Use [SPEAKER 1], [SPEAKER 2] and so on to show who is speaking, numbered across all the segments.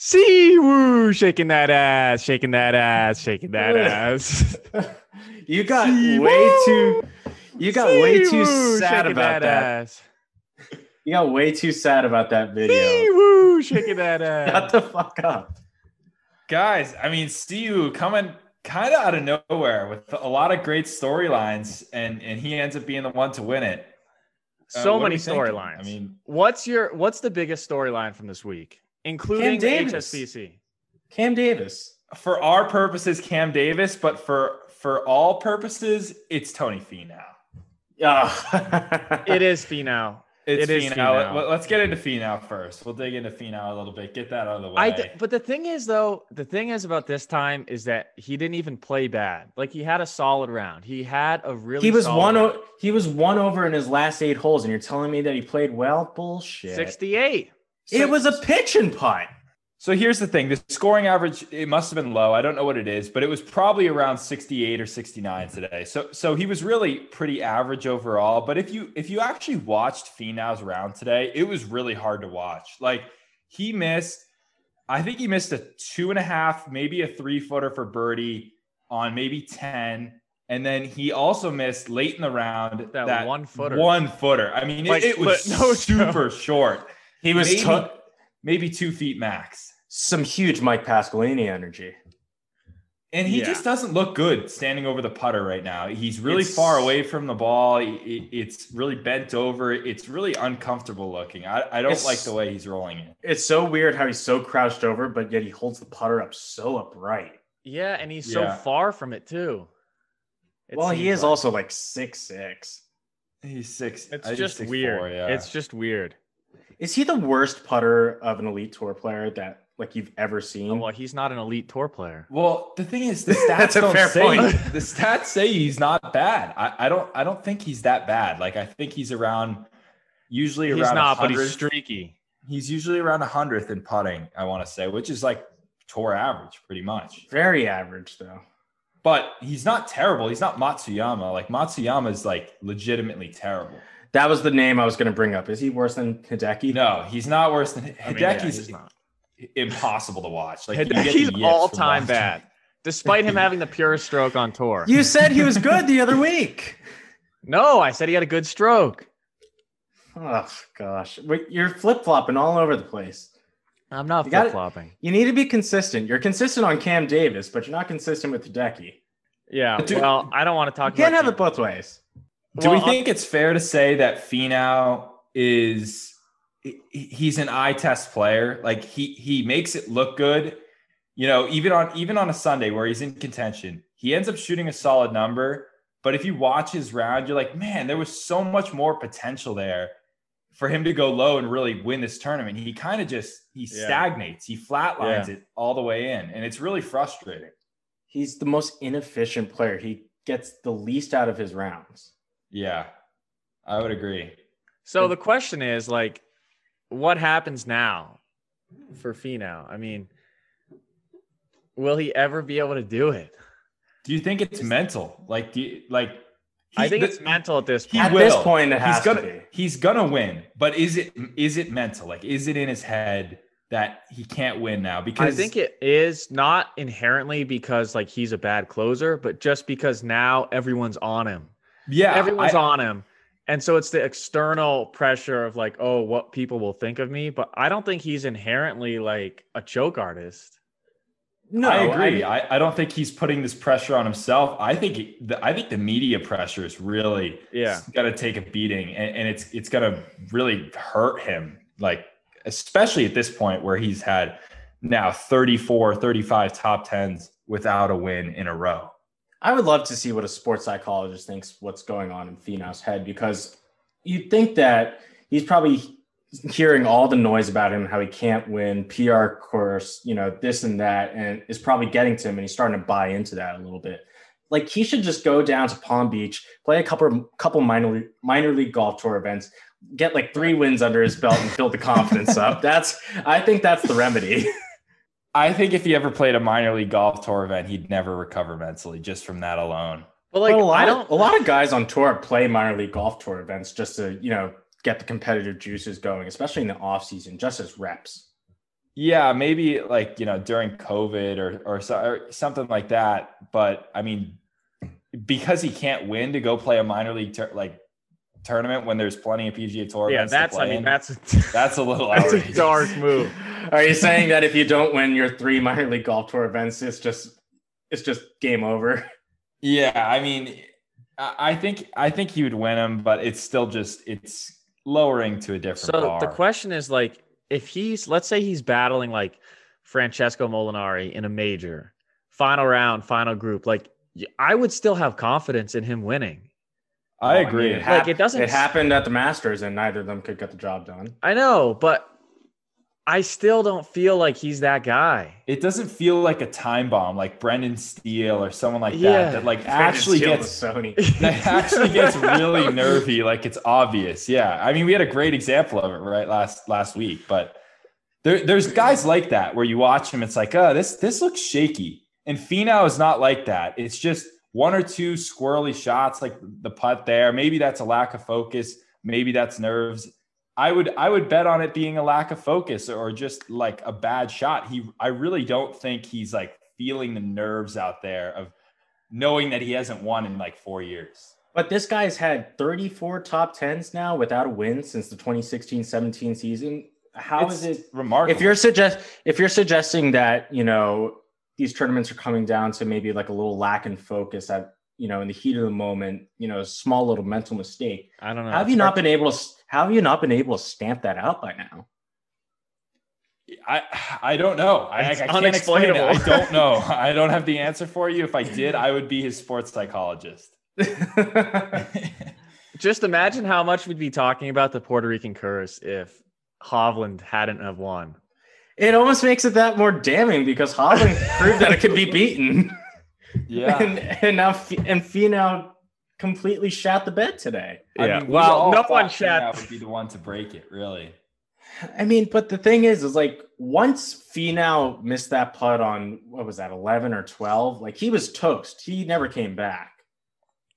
[SPEAKER 1] See woo, shaking that ass, shaking that ass, shaking that ass.
[SPEAKER 2] You got
[SPEAKER 1] See,
[SPEAKER 2] way
[SPEAKER 1] woo.
[SPEAKER 2] too. You got
[SPEAKER 1] See
[SPEAKER 2] way too
[SPEAKER 1] woo,
[SPEAKER 2] sad
[SPEAKER 1] shaking
[SPEAKER 2] about that.
[SPEAKER 1] ass.
[SPEAKER 2] You got way too sad about that
[SPEAKER 1] See
[SPEAKER 2] video.
[SPEAKER 1] woo, shaking that
[SPEAKER 2] Shut
[SPEAKER 1] ass.
[SPEAKER 2] the fuck up.
[SPEAKER 3] guys. I mean, Siu coming kind of out of nowhere with a lot of great storylines, and and he ends up being the one to win it. Uh,
[SPEAKER 1] so
[SPEAKER 3] what are
[SPEAKER 1] many
[SPEAKER 3] we thinking?
[SPEAKER 1] storylines.
[SPEAKER 3] I mean,
[SPEAKER 1] what's your what's the biggest storyline from this week, including
[SPEAKER 2] Davis.
[SPEAKER 1] HSBC?
[SPEAKER 2] Cam Davis.
[SPEAKER 3] for our purposes, Cam Davis, but for for all purposes, it's Tony Fee now.
[SPEAKER 2] Yeah.
[SPEAKER 1] It is Finau.
[SPEAKER 3] It's
[SPEAKER 1] It is
[SPEAKER 3] Fee
[SPEAKER 1] Finau.
[SPEAKER 3] now. Let- Let's get into Fee now first. We'll dig into Fee now a little bit. Get that out of the way.
[SPEAKER 1] I d- but the thing is though, the thing is about this time is that he didn't even play bad. Like he had a solid round. He had a really
[SPEAKER 2] he was
[SPEAKER 1] solid
[SPEAKER 2] one.
[SPEAKER 1] round.
[SPEAKER 2] O- he was one over in his last eight holes, and you're telling me that he played well? Bullshit.
[SPEAKER 1] 68.
[SPEAKER 2] it was a pitch and putt.
[SPEAKER 3] So here's the thing: the scoring average it must have been low. I don't know what it is, but it was probably around 68 or 69 today. So so he was really pretty average overall. But if you if you actually watched Finau's round today, it was really hard to watch. Like he missed, I think he missed a two and a half, maybe a three footer for birdie on maybe 10. And then he also missed late in the round
[SPEAKER 1] That one footer.
[SPEAKER 3] One footer. I mean, it-
[SPEAKER 1] Like,
[SPEAKER 3] it, was
[SPEAKER 1] but no joke.
[SPEAKER 3] super short.
[SPEAKER 2] He was
[SPEAKER 3] Maybe-
[SPEAKER 2] took
[SPEAKER 3] maybe two feet max.
[SPEAKER 2] some huge Mike Pasqualini energy.
[SPEAKER 3] And he
[SPEAKER 1] Yeah.
[SPEAKER 3] just doesn't look good standing over the putter right now. He's really
[SPEAKER 2] It's-
[SPEAKER 3] far away from the ball. He- he- It's really bent over. It's really uncomfortable looking. I, I don't
[SPEAKER 2] It's-
[SPEAKER 3] like the way he's rolling it.
[SPEAKER 2] It's so weird how he's so crouched over, but yet he holds the putter up so upright.
[SPEAKER 1] Yeah, and he's
[SPEAKER 3] Yeah.
[SPEAKER 1] so far from it too. It
[SPEAKER 2] well, he
[SPEAKER 1] seems
[SPEAKER 2] is
[SPEAKER 1] like.
[SPEAKER 2] also like six six.
[SPEAKER 3] He's six.
[SPEAKER 1] It's
[SPEAKER 3] I think
[SPEAKER 1] just
[SPEAKER 3] six
[SPEAKER 1] weird.
[SPEAKER 3] four, yeah.
[SPEAKER 1] It's just weird.
[SPEAKER 2] Is he the worst putter of an elite tour player that like you've ever
[SPEAKER 1] Oh,
[SPEAKER 2] seen?
[SPEAKER 1] well, he's not an elite tour player.
[SPEAKER 3] well, the thing is, the
[SPEAKER 2] That's a
[SPEAKER 3] stats don't
[SPEAKER 2] fair
[SPEAKER 3] say
[SPEAKER 2] point.
[SPEAKER 3] the stats say he's not bad. I, I don't I don't think he's that bad. Like I think he's around usually
[SPEAKER 1] He's
[SPEAKER 3] around
[SPEAKER 1] not, but he's
[SPEAKER 3] 100th.
[SPEAKER 1] streaky.
[SPEAKER 3] he's usually around a hundredth in putting. I want to say, which is like tour average, pretty much.
[SPEAKER 2] Very average though.
[SPEAKER 3] but he's not terrible. He's not Matsuyama. Like Matsuyama is like legitimately terrible.
[SPEAKER 2] That was the name I was going to bring up. Is he worse than Hideki?
[SPEAKER 3] No, he's not worse than
[SPEAKER 1] I mean, yeah,
[SPEAKER 3] Hideki's
[SPEAKER 1] he's not.
[SPEAKER 3] impossible to watch. Like you get
[SPEAKER 1] Hideki's
[SPEAKER 3] yips
[SPEAKER 1] all
[SPEAKER 3] from
[SPEAKER 1] time
[SPEAKER 3] watching.
[SPEAKER 1] bad, despite him having the purest stroke on tour.
[SPEAKER 2] You said he was good the other week.
[SPEAKER 1] no, I said he had a good stroke.
[SPEAKER 2] Oh gosh, Wait, you're flip flopping all over the place.
[SPEAKER 1] I'm not
[SPEAKER 2] You gotta-
[SPEAKER 1] flip flopping.
[SPEAKER 2] You need to be consistent. You're consistent on Cam Davis, but you're not consistent with Hideki.
[SPEAKER 1] Yeah.
[SPEAKER 3] Dude-
[SPEAKER 1] well, I don't want to
[SPEAKER 2] You
[SPEAKER 1] talk.
[SPEAKER 2] can't
[SPEAKER 1] about
[SPEAKER 2] have it both ways.
[SPEAKER 3] Do
[SPEAKER 1] Well, uh,
[SPEAKER 3] we think it's fair to say that Finau is he- he's an eye test player? Like he he makes it look good. You know, even on even on a Sunday where he's in contention, he ends up shooting a solid number. But if you watch his round, you're like, man, there was so much more potential there for him to go low and really win this tournament. He kind of just he
[SPEAKER 1] Yeah.
[SPEAKER 3] stagnates, he flatlines it all the way in, and it's really frustrating.
[SPEAKER 2] He's the most inefficient player. He gets the least out of his rounds.
[SPEAKER 3] Yeah, I would agree.
[SPEAKER 1] So the question is like, what happens now for Finau? I mean, will he ever be able to do it?
[SPEAKER 3] Do you think it's mental? Like, do you, like?
[SPEAKER 1] I
[SPEAKER 3] he-
[SPEAKER 1] think
[SPEAKER 3] the-
[SPEAKER 1] it's mental at this
[SPEAKER 3] He
[SPEAKER 1] point.
[SPEAKER 2] At
[SPEAKER 3] will.
[SPEAKER 2] this point, it has
[SPEAKER 3] He's gonna
[SPEAKER 2] to be.
[SPEAKER 3] he's gonna win, but is it is it mental? Like, is it in his head that he can't win now?
[SPEAKER 1] I
[SPEAKER 3] Because
[SPEAKER 1] think it is not inherently because like he's a bad closer, but just because now everyone's on him.
[SPEAKER 3] yeah,
[SPEAKER 1] everyone's
[SPEAKER 3] I,
[SPEAKER 1] on him. And so it's the external pressure of like, oh, what people will think of me. But I don't think he's inherently like a choke artist.
[SPEAKER 2] No,
[SPEAKER 3] I agree. I, I, don't think he's putting this pressure on himself. I think it- the, I think the media pressure is really
[SPEAKER 1] Yeah.
[SPEAKER 3] gonna take a beating, and, and it's it's gonna really hurt him. Like, especially at this point where he's had now 34, 35 top tens without a win in a row.
[SPEAKER 2] I would love to see what a sports psychologist thinks what's going on in Finau's head because you'd think that he's probably hearing all the noise about him, how he can't win, PR course, you know, this and that, and is probably getting to him and he's starting to buy into that a little bit. Like he should just go down to Palm Beach, play a couple couple minor minor league golf tour events, get like three wins under his belt and build the confidence up. That's I think that's the remedy.
[SPEAKER 3] I think if he ever played a minor league golf tour event, he'd never recover mentally just from that alone.
[SPEAKER 1] But like,
[SPEAKER 2] But a lot
[SPEAKER 1] I
[SPEAKER 2] of-
[SPEAKER 1] don't.
[SPEAKER 2] a lot of guys on tour play minor league golf tour events just to you know get the competitive juices going, especially in the off season, just as reps.
[SPEAKER 3] Yeah, maybe like you know during COVID or or, so, or something like that. But I mean, because he can't win to go play a minor league tur- like tournament when there's plenty of PGA Tour.
[SPEAKER 1] Yeah,
[SPEAKER 3] events to
[SPEAKER 1] that's. I
[SPEAKER 3] play
[SPEAKER 1] mean,
[SPEAKER 3] in,
[SPEAKER 1] that's
[SPEAKER 3] that's a little
[SPEAKER 1] that's a
[SPEAKER 3] outrageous.
[SPEAKER 1] dark move.
[SPEAKER 2] Are you saying that if you don't win your three minor league golf tour events, it's just it's just game over?
[SPEAKER 3] Yeah, I mean, I I think I think he would win them, but it's still just it's lowering to a different
[SPEAKER 1] So
[SPEAKER 3] bar.
[SPEAKER 1] the question is like, if he's let's say he's battling like Francesco Molinari in a major final round, final group, like y- I would still have confidence in him winning.
[SPEAKER 3] I
[SPEAKER 2] Oh, mean,
[SPEAKER 3] agree.
[SPEAKER 2] it hap-
[SPEAKER 1] Like, it doesn't-
[SPEAKER 2] It happened at the Masters, and neither of them could get the job done.
[SPEAKER 1] I know, but I still don't feel like he's that guy.
[SPEAKER 3] it doesn't feel like a time bomb, like Brendan Steele or someone like
[SPEAKER 1] Yeah.
[SPEAKER 3] that that like
[SPEAKER 2] Brandon
[SPEAKER 3] actually
[SPEAKER 2] Steele
[SPEAKER 3] gets
[SPEAKER 2] was Sony.
[SPEAKER 3] that actually gets really nervy. Like it's obvious. Yeah. I mean, we had a great example of it right last last week, but there, there's guys like that where you watch him, it's like, oh, this this looks shaky. And Finau is not like that. It's just one or two squirrely shots, like the putt there. Maybe that's a lack of focus. Maybe that's nerves. I would I would bet on it being a lack of focus or just like a bad shot. He I really don't think he's like feeling the nerves out there of knowing that he hasn't won in like four years.
[SPEAKER 2] But this guy's had 34 top tens now without a win since the 2016-17 season. How is it?
[SPEAKER 3] remarkable?
[SPEAKER 2] If you're suggest if you're suggesting that you know these tournaments are coming down to maybe like a little lack in focus at you know in the heat of the moment, you know, a small little mental mistake.
[SPEAKER 1] I don't know.
[SPEAKER 2] How have you not been able to? s- How have you not been able to stamp that out by now?
[SPEAKER 3] I I don't know. I, I
[SPEAKER 1] It's
[SPEAKER 3] can't explain it. I
[SPEAKER 1] unexplainable.
[SPEAKER 3] don't know. I don't have the answer for you. If I did, I would be his sports psychologist.
[SPEAKER 1] Just imagine how much we'd be talking about the Puerto Rican curse if Hovland hadn't have won.
[SPEAKER 2] it almost makes it that more damning because Hovland proved that it could be beaten,
[SPEAKER 3] Yeah.
[SPEAKER 2] and and now F- and Finau completely shot the bed today.
[SPEAKER 1] Yeah.
[SPEAKER 3] we
[SPEAKER 1] Well,
[SPEAKER 3] all
[SPEAKER 1] no
[SPEAKER 3] thought
[SPEAKER 1] one
[SPEAKER 3] Finau
[SPEAKER 1] shat-
[SPEAKER 3] would be the one to break it. Really.
[SPEAKER 2] I mean, but the thing is, is like once Finau missed that putt on what was that, eleven or twelve? Like he was toast. He never came back.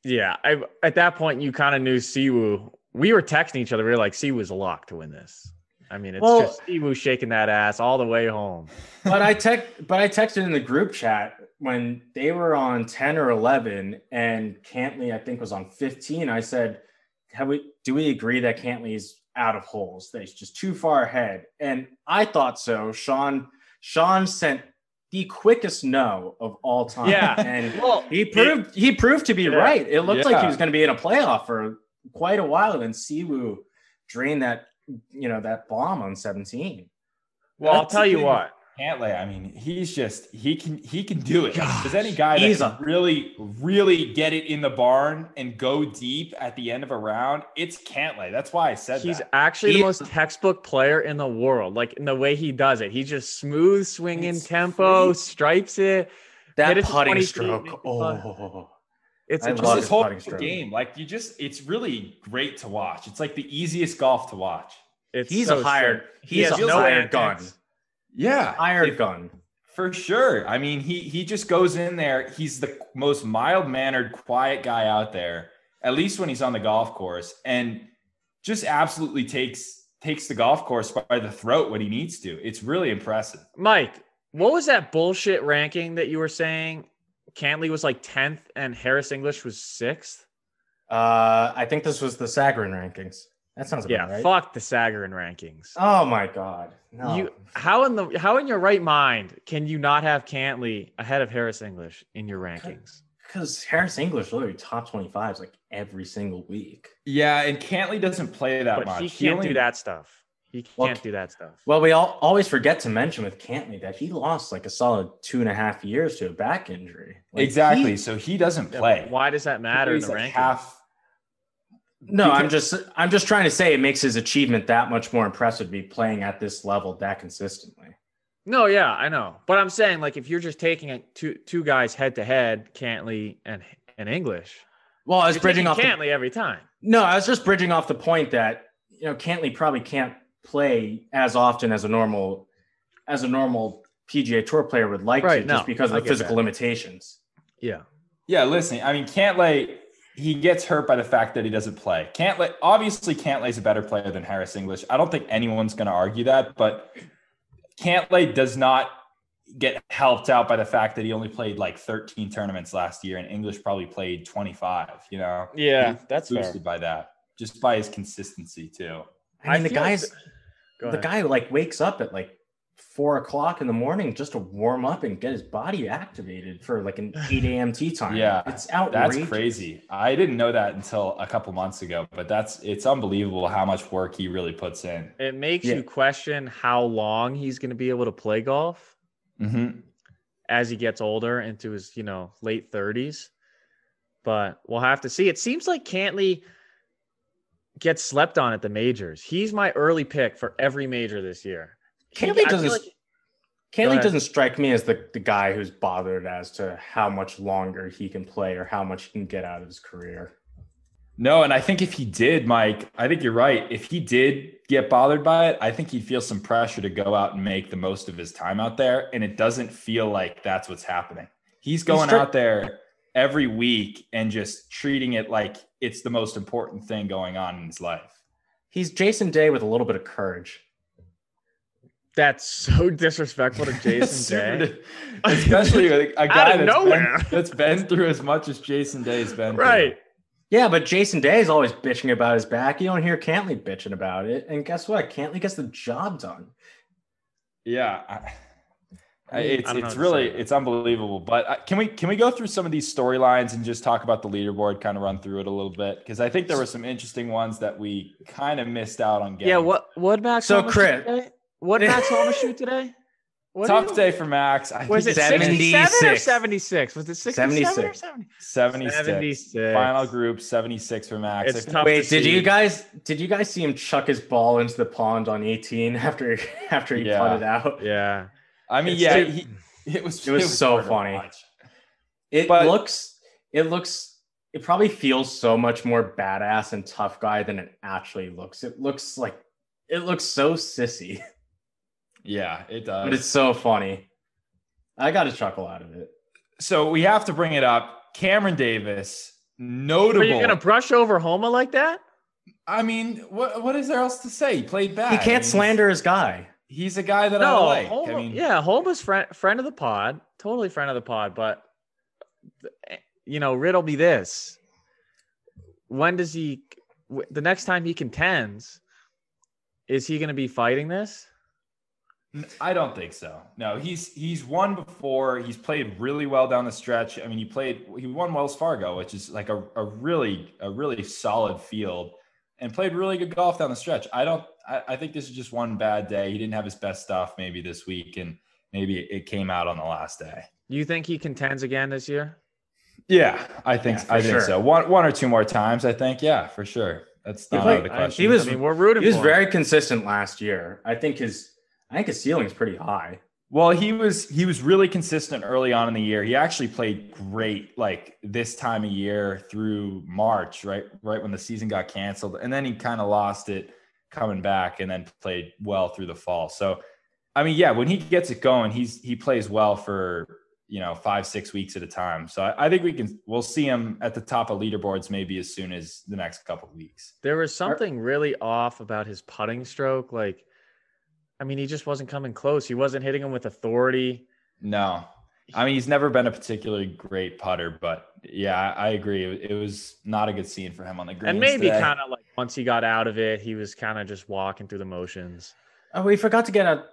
[SPEAKER 1] Yeah, I, at that point you kind of knew Siwoo. We were texting each other. We were like, Siwoo's a lock to win this. I mean, it's
[SPEAKER 2] Well-
[SPEAKER 1] just Siwoo shaking that ass all the way home.
[SPEAKER 2] But I tech, but I texted in the group chat when they were on ten or eleven, and Cantley I think was on fifteen. I said, "Have we? Do we agree that Cantley's out of holes? That he's just too far ahead?" And I thought so. Sean Sean sent the quickest no of all time.
[SPEAKER 1] Yeah.
[SPEAKER 2] and
[SPEAKER 1] Well,
[SPEAKER 2] He proved he proved to be
[SPEAKER 1] Yeah.
[SPEAKER 2] right. It looked like
[SPEAKER 3] Yeah.
[SPEAKER 2] he was going to be in a playoff for quite a while. Then Siwoo drained that you know that bomb on seventeen.
[SPEAKER 1] well, I'll
[SPEAKER 3] That's
[SPEAKER 1] tell
[SPEAKER 3] the
[SPEAKER 1] you
[SPEAKER 3] thing.
[SPEAKER 1] what.
[SPEAKER 3] Cantley, I mean, he's just he can he can do it.
[SPEAKER 1] Gosh,
[SPEAKER 3] There's any guy that
[SPEAKER 2] he's
[SPEAKER 3] can
[SPEAKER 2] a-
[SPEAKER 3] really really get it in the barn and go deep at the end of a round? It's Cantley. That's why I said
[SPEAKER 1] He's
[SPEAKER 3] that.
[SPEAKER 1] actually the
[SPEAKER 2] He-
[SPEAKER 1] most textbook player in the world. Like in the way he does it, he just smooth swinging
[SPEAKER 2] It's
[SPEAKER 1] tempo,
[SPEAKER 2] free.
[SPEAKER 1] stripes it. Hit
[SPEAKER 2] That
[SPEAKER 1] it to
[SPEAKER 2] putting
[SPEAKER 1] 20 feet,
[SPEAKER 2] stroke.
[SPEAKER 1] make the putt.
[SPEAKER 2] Oh,
[SPEAKER 1] It's
[SPEAKER 2] I
[SPEAKER 1] just-
[SPEAKER 2] love
[SPEAKER 3] Just this
[SPEAKER 2] his
[SPEAKER 3] whole
[SPEAKER 2] putting stroke.
[SPEAKER 3] game, like you just, it's really great to watch. It's like the easiest golf to watch.
[SPEAKER 1] it's
[SPEAKER 2] he's
[SPEAKER 1] so
[SPEAKER 2] a hired
[SPEAKER 1] sick. He
[SPEAKER 2] he's
[SPEAKER 1] has
[SPEAKER 2] a
[SPEAKER 1] no
[SPEAKER 2] hired gun.
[SPEAKER 1] antics.
[SPEAKER 3] Yeah,
[SPEAKER 2] Hired gun.
[SPEAKER 3] for sure. I mean, he he just goes in there. He's the most mild mannered, quiet guy out there, at least when he's on the golf course, and just absolutely takes takes the golf course by the throat when he needs to. It's really impressive.
[SPEAKER 1] Mike, what was that bullshit ranking that you were saying? Cantley was like tenth, and Harris English was sixth.
[SPEAKER 2] Uh, I think this was the Sagarin rankings. That sounds about
[SPEAKER 1] Yeah,
[SPEAKER 2] right.
[SPEAKER 1] fuck the Sagarin rankings.
[SPEAKER 2] Oh my god. No.
[SPEAKER 1] You how in the how in your right mind can you not have Cantley ahead of Harris English in your rankings?
[SPEAKER 2] because Harris English literally top 25s like every single week.
[SPEAKER 3] Yeah, and Cantley doesn't play that
[SPEAKER 1] But
[SPEAKER 3] much.
[SPEAKER 1] he can't
[SPEAKER 3] only-
[SPEAKER 1] do that stuff. He
[SPEAKER 2] Well,
[SPEAKER 1] can't do that stuff.
[SPEAKER 2] Well, we all always forget to mention with Cantley that he lost like a solid two and a half years to a back injury. Like,
[SPEAKER 3] exactly.
[SPEAKER 2] he-
[SPEAKER 3] so he doesn't
[SPEAKER 1] Yeah,
[SPEAKER 3] play.
[SPEAKER 1] but Why does that matter in
[SPEAKER 3] He's
[SPEAKER 1] the
[SPEAKER 3] like
[SPEAKER 1] rankings?
[SPEAKER 3] half
[SPEAKER 2] no, I'm just I'm just trying to say it makes his achievement that much more impressive to be playing at this level that consistently.
[SPEAKER 1] No, yeah, I know. But I'm saying like if you're just taking it two two guys head to head, Cantley and and English,
[SPEAKER 2] Well, I was
[SPEAKER 1] you're
[SPEAKER 2] bridging
[SPEAKER 1] taking
[SPEAKER 2] off. The,
[SPEAKER 1] Cantley every time.
[SPEAKER 2] no, I was just bridging off the point that you know Cantley probably can't play as often as a normal as a normal PGA Tour player would like
[SPEAKER 1] Right,
[SPEAKER 2] to,
[SPEAKER 1] no,
[SPEAKER 2] just because
[SPEAKER 1] I
[SPEAKER 2] of
[SPEAKER 1] get
[SPEAKER 2] the physical limitations.
[SPEAKER 1] Yeah.
[SPEAKER 3] Yeah, listen, I mean, Cantlay, he gets hurt by the fact that he doesn't play. Cantlay, obviously, Cantlay's a better player than Harris English. I don't think anyone's going to argue that, but Cantlay does not get helped out by the fact that he only played like 13 tournaments last year and English probably played 25, you know?
[SPEAKER 1] Yeah, that's fair.
[SPEAKER 3] Boosted by that, just by his consistency too.
[SPEAKER 2] I
[SPEAKER 1] I
[SPEAKER 2] mean, the
[SPEAKER 1] feel like
[SPEAKER 2] guy's
[SPEAKER 1] Go
[SPEAKER 2] the
[SPEAKER 1] ahead.
[SPEAKER 2] guy like wakes up at like four o'clock in the morning just to warm up and get his body activated for like an 8 a.m. tea time.
[SPEAKER 3] Yeah,
[SPEAKER 2] It's
[SPEAKER 3] That's
[SPEAKER 2] outrageous.
[SPEAKER 3] crazy. I didn't know that until a couple months ago, but that's it's unbelievable how much work he really puts in.
[SPEAKER 1] It makes
[SPEAKER 2] Yeah.
[SPEAKER 1] you question how long he's going to be able to play golf
[SPEAKER 3] Mhm.
[SPEAKER 1] as he gets older into his, you know, late 30s. But we'll have to see. It seems like Cantley gets slept on at the majors. He's my early pick for every major this year.
[SPEAKER 2] Cantley
[SPEAKER 1] I feel
[SPEAKER 2] doesn't
[SPEAKER 1] like- Go
[SPEAKER 2] Cantley
[SPEAKER 1] ahead.
[SPEAKER 2] doesn't strike me as the, the guy who's bothered as to how much longer he can play or how much he can get out of his career.
[SPEAKER 3] No, and I think if he did, Mike, I think you're right. If he did get bothered by it, I think he'd feel some pressure to go out and make the most of his time out there. And it doesn't feel like that's what's happening. He's going
[SPEAKER 2] tr-
[SPEAKER 3] out there every week and just treating it like it's the most important thing going on in his life.
[SPEAKER 2] He's Jason Day with a little bit of courage.
[SPEAKER 1] That's so disrespectful to Jason
[SPEAKER 3] Super
[SPEAKER 1] Day.
[SPEAKER 3] di- Especially a, a guy
[SPEAKER 1] of
[SPEAKER 3] that's
[SPEAKER 1] nowhere.
[SPEAKER 3] been, that's been through as much as Jason Day's been through.
[SPEAKER 1] Right.
[SPEAKER 2] Yeah, but Jason Day is always bitching about his back. You don't hear Cantley bitching about it. And guess what? Cantley gets the job done.
[SPEAKER 3] Yeah. I- I-
[SPEAKER 1] I mean, I
[SPEAKER 3] it's
[SPEAKER 1] don't know
[SPEAKER 3] it's
[SPEAKER 1] what to
[SPEAKER 3] really
[SPEAKER 1] say.
[SPEAKER 3] it's unbelievable. But uh, can we can we go through some of these storylines and just talk about the leaderboard, kind of run through it a little bit? Because I think there were some interesting ones that we kind of missed out on. Getting.
[SPEAKER 1] Yeah. What what Max?
[SPEAKER 2] So,
[SPEAKER 1] Homa shoot
[SPEAKER 2] Chris-
[SPEAKER 1] today? What Max Homa shoot today? What do
[SPEAKER 3] tough
[SPEAKER 1] you-
[SPEAKER 3] day for Max? I
[SPEAKER 1] Was it
[SPEAKER 3] think
[SPEAKER 1] sixty seven or
[SPEAKER 2] 76.
[SPEAKER 1] seventy six? Was it sixty seven or
[SPEAKER 2] 76.
[SPEAKER 1] seventy?
[SPEAKER 3] 76.
[SPEAKER 1] six.
[SPEAKER 3] Final group seventy six for Max.
[SPEAKER 1] It's
[SPEAKER 3] I think-
[SPEAKER 1] tough
[SPEAKER 2] Wait,
[SPEAKER 1] to
[SPEAKER 2] did
[SPEAKER 1] see.
[SPEAKER 2] you guys did you guys see him chuck his ball into the pond on 18 after after he
[SPEAKER 3] Yeah.
[SPEAKER 2] putted out?
[SPEAKER 1] Yeah.
[SPEAKER 3] I mean,
[SPEAKER 2] it's
[SPEAKER 3] yeah,
[SPEAKER 2] too-
[SPEAKER 3] he, it was
[SPEAKER 2] It was so
[SPEAKER 3] hard to
[SPEAKER 2] funny.
[SPEAKER 3] watch.
[SPEAKER 2] It
[SPEAKER 3] But-
[SPEAKER 2] looks it looks it probably feels so much more badass and tough guy than it actually looks. It looks like it looks so sissy,
[SPEAKER 3] Yeah, it
[SPEAKER 2] but
[SPEAKER 3] does.
[SPEAKER 2] it's so funny. I got a chuckle out of it.
[SPEAKER 3] so we have to bring it up. Cameron Davis, notable.
[SPEAKER 1] Are you gonna brush over Homa like that?
[SPEAKER 3] I mean, what what is there else to say? He played bad.
[SPEAKER 2] He
[SPEAKER 3] I mean,
[SPEAKER 2] can't
[SPEAKER 3] he's-
[SPEAKER 2] slander his guy.
[SPEAKER 3] He's a guy that I
[SPEAKER 1] No.
[SPEAKER 3] like.
[SPEAKER 1] Homa,
[SPEAKER 3] I mean,
[SPEAKER 1] yeah. Homa's friend friend of the pod. Totally friend of the pod. But eh, you know, riddle me this: When does he? w- The next time he contends, is he gonna be fighting this?
[SPEAKER 3] I don't think so. No, he's he's won before. He's played really well down the stretch. I mean, he played he won Wells Fargo, which is like a, a really a really solid field, and played really good golf down the stretch. I don't. I, I think this is just one bad day. He didn't have his best stuff maybe this week, and maybe it came out on the last day.
[SPEAKER 1] You think he contends again this year?
[SPEAKER 3] Yeah, I think
[SPEAKER 2] Yeah, for
[SPEAKER 3] I think
[SPEAKER 2] sure.
[SPEAKER 3] so. One one or two more times, I think. Yeah, for sure. That's
[SPEAKER 2] He
[SPEAKER 3] not out
[SPEAKER 2] played-
[SPEAKER 3] of the
[SPEAKER 1] I-
[SPEAKER 3] question.
[SPEAKER 2] he was-
[SPEAKER 1] I mean, we're rooting.
[SPEAKER 2] He was
[SPEAKER 1] for him.
[SPEAKER 2] very consistent last year. I think his I think his ceiling's pretty high.
[SPEAKER 3] Well, he was he was really consistent early on in the year. He actually played great like this time of year through March, right right when the season got canceled, and then he kind of lost it coming back, and then played well through the fall. So, I mean, yeah, when he gets it going, he's he plays well for you know five six weeks at a time. So I, I think we can we'll see him at the top of leaderboards maybe as soon as the next couple of weeks.
[SPEAKER 1] There was something really off about his putting stroke. Like, I mean, he just wasn't coming close. He wasn't hitting him with authority.
[SPEAKER 3] No. I mean, he's never been a particularly great putter, but yeah, I, I agree. It, it was not a good scene for him on the green.
[SPEAKER 1] and maybe kind of like once he got out of it, he was kind of just walking through the motions.
[SPEAKER 2] Oh, we forgot to get a,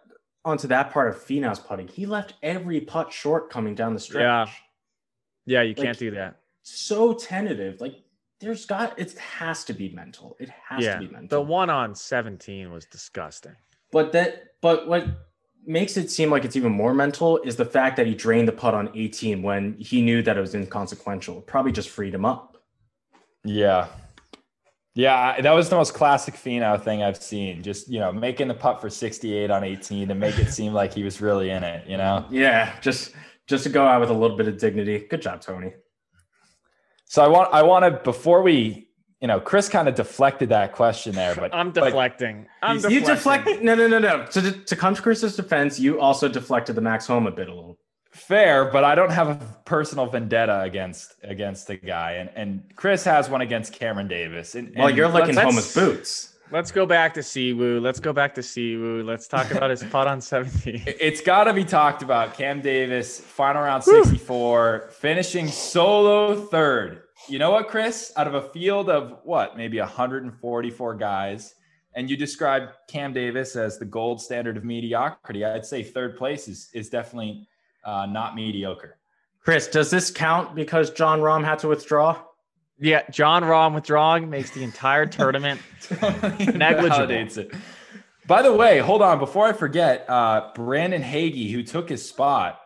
[SPEAKER 2] onto that part of Finau's putting. He left every putt short coming down the stretch.
[SPEAKER 1] Yeah. Yeah, you
[SPEAKER 2] Like-
[SPEAKER 1] can't do that.
[SPEAKER 2] So tentative. Like there's got it has to be mental. It has
[SPEAKER 1] Yeah.
[SPEAKER 2] to be
[SPEAKER 1] The
[SPEAKER 2] mental.
[SPEAKER 1] one on 17 was disgusting.
[SPEAKER 2] but that but what makes it seem like it's even more mental is the fact that he drained the putt on 18 when he knew that it was inconsequential. Probably just freed him up.
[SPEAKER 3] Yeah. Yeah. I- That was the most classic Fino thing I've seen. Just, you know, making the putt for 68 on 18 and make it seem like he was really in it, you know?
[SPEAKER 2] Yeah, just just to go out with a little bit of dignity. Good job, Tony.
[SPEAKER 3] So I want, I want to, before we, you know, Chris kind of deflected that question there, but
[SPEAKER 1] I'm
[SPEAKER 3] but-
[SPEAKER 1] deflecting. I'm
[SPEAKER 3] he's-
[SPEAKER 2] You
[SPEAKER 1] deflecting.
[SPEAKER 2] deflected. No, no, no, no. To, to come to Chris's defense, you also deflected the Max Home a bit a little.
[SPEAKER 3] fair, but I don't have a personal vendetta against against the guy. And and Chris has one against Cameron Davis. And,
[SPEAKER 2] Well,
[SPEAKER 3] and
[SPEAKER 2] you're licking
[SPEAKER 3] let's-
[SPEAKER 2] Homa's boots.
[SPEAKER 1] Let's go back to Siwoo. Let's go back to Siwoo. Let's talk about his putt on 17.
[SPEAKER 3] It's got to be talked about. Cam Davis, final round 64, finishing solo third. You know what, Chris? Out of a field of what, maybe 144 guys, and you describe Cam Davis as the gold standard of mediocrity, I'd say third place is, is definitely uh, not mediocre.
[SPEAKER 2] Chris, does this count because John Rom had to withdraw?
[SPEAKER 1] Yeah, John Rahm withdrawing makes the entire tournament. Negligible.
[SPEAKER 3] Validates it. By the way, hold on. Before I forget, uh, Brandon Hagee, who took his spot,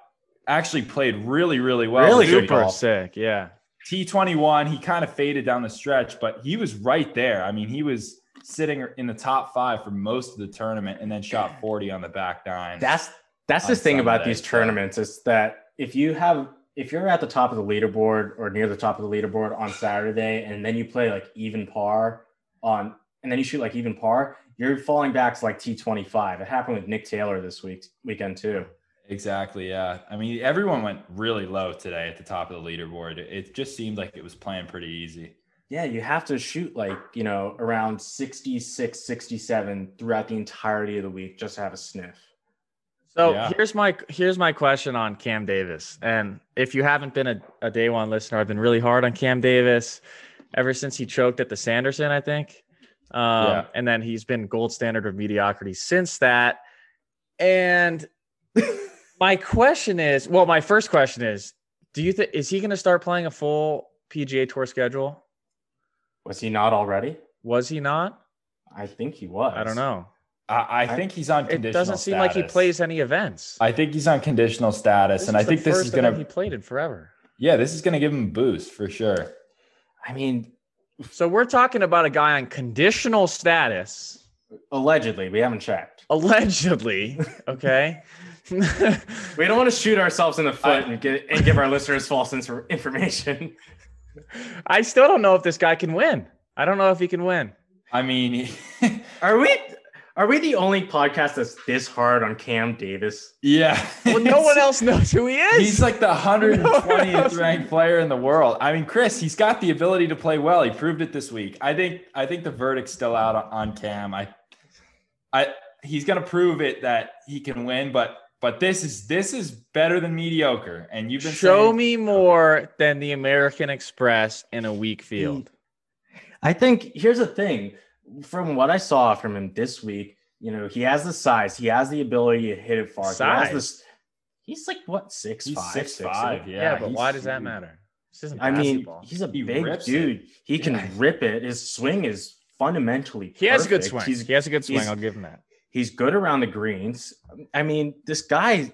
[SPEAKER 3] actually played really, really well.
[SPEAKER 2] Really
[SPEAKER 3] Good
[SPEAKER 2] good
[SPEAKER 1] Super
[SPEAKER 3] ball.
[SPEAKER 1] sick. Yeah.
[SPEAKER 3] T21, he kind of faded down the stretch, but he was right there. I mean, he was sitting in the top five for most of the tournament and then shot 40 on the back nine.
[SPEAKER 2] That's that's the
[SPEAKER 3] On
[SPEAKER 2] thing about
[SPEAKER 3] Sunday,
[SPEAKER 2] these
[SPEAKER 3] so-
[SPEAKER 2] tournaments is that if you have if you're at the top of the leaderboard or near the top of the leaderboard on Saturday and then you play like even par on and then you shoot like even par, you're falling back to like T25. It happened with Nick Taylor this week weekend too.
[SPEAKER 3] exactly. Yeah. I mean, everyone went really low today at the top of the leaderboard. It just seemed like it was playing pretty easy.
[SPEAKER 2] Yeah, you have to shoot like, you know, around 66, 67 throughout the entirety of the week just to have a sniff.
[SPEAKER 1] So
[SPEAKER 3] Yeah.
[SPEAKER 1] here's my here's my question on Cam Davis. And if you haven't been a, a day one listener, I've been really hard on Cam Davis ever since he choked at the Sanderson, I think. Um,
[SPEAKER 3] Yeah.
[SPEAKER 1] And then he's been gold standard of mediocrity since that. And my question is, well, my first question is, do you think is he going to start playing a full PGA Tour schedule?
[SPEAKER 2] Was he not already?
[SPEAKER 1] Was he not?
[SPEAKER 2] I think he was.
[SPEAKER 1] I don't know.
[SPEAKER 3] I, I
[SPEAKER 2] I-
[SPEAKER 3] think he's on
[SPEAKER 1] It
[SPEAKER 3] conditional
[SPEAKER 1] doesn't seem like he
[SPEAKER 3] status.
[SPEAKER 1] plays any events.
[SPEAKER 3] I think he's on conditional status, and I
[SPEAKER 1] the
[SPEAKER 3] think this
[SPEAKER 1] first
[SPEAKER 3] is gonna,
[SPEAKER 1] event he played in forever.
[SPEAKER 3] yeah, this is gonna give him a boost for sure.
[SPEAKER 2] I mean,
[SPEAKER 1] So we're talking about a guy on conditional status,
[SPEAKER 2] allegedly, we haven't checked.
[SPEAKER 1] allegedly. Okay.
[SPEAKER 2] We don't want to shoot ourselves in the foot
[SPEAKER 3] I-
[SPEAKER 2] and, get, and give our listeners false ins- information.
[SPEAKER 1] I still don't know if this guy can win. I don't know if he can win.
[SPEAKER 3] I mean,
[SPEAKER 2] Are we? Are we the only podcast that's this hard on Cam Davis?
[SPEAKER 3] yeah.
[SPEAKER 1] Well, no one else knows who he is.
[SPEAKER 3] He's like the 120th
[SPEAKER 1] No.
[SPEAKER 3] ranked player in the world. I mean, Chris, he's got the ability to play well. He proved it this week. I think. I think the verdict's still out on, on Cam. I, I, he's gonna prove it that he can win. But but this is this is better than mediocre. And you've been
[SPEAKER 1] Show
[SPEAKER 3] saying-
[SPEAKER 1] me more than the American Express in a weak field.
[SPEAKER 2] I think here's the thing. From what I saw from him this week, you know, he has the size, he has the ability to hit it far. He has this, he's like what six
[SPEAKER 3] He's
[SPEAKER 2] five,
[SPEAKER 3] six
[SPEAKER 2] six,
[SPEAKER 3] five.
[SPEAKER 2] eight?
[SPEAKER 3] Yeah,
[SPEAKER 1] Yeah, but
[SPEAKER 3] he's
[SPEAKER 1] why does that
[SPEAKER 3] huge.
[SPEAKER 1] matter? This isn't
[SPEAKER 2] I mean,
[SPEAKER 1] basketball.
[SPEAKER 2] he's a
[SPEAKER 3] He
[SPEAKER 2] big
[SPEAKER 3] rips it.
[SPEAKER 2] dude. He can
[SPEAKER 3] Yeah.
[SPEAKER 2] rip it. His swing is fundamentally.
[SPEAKER 1] he has a good
[SPEAKER 2] perfect.
[SPEAKER 1] swing.
[SPEAKER 2] He's
[SPEAKER 1] he has a good swing.
[SPEAKER 2] he's-
[SPEAKER 1] I'll give him that.
[SPEAKER 2] he's good around the greens. I mean, this guy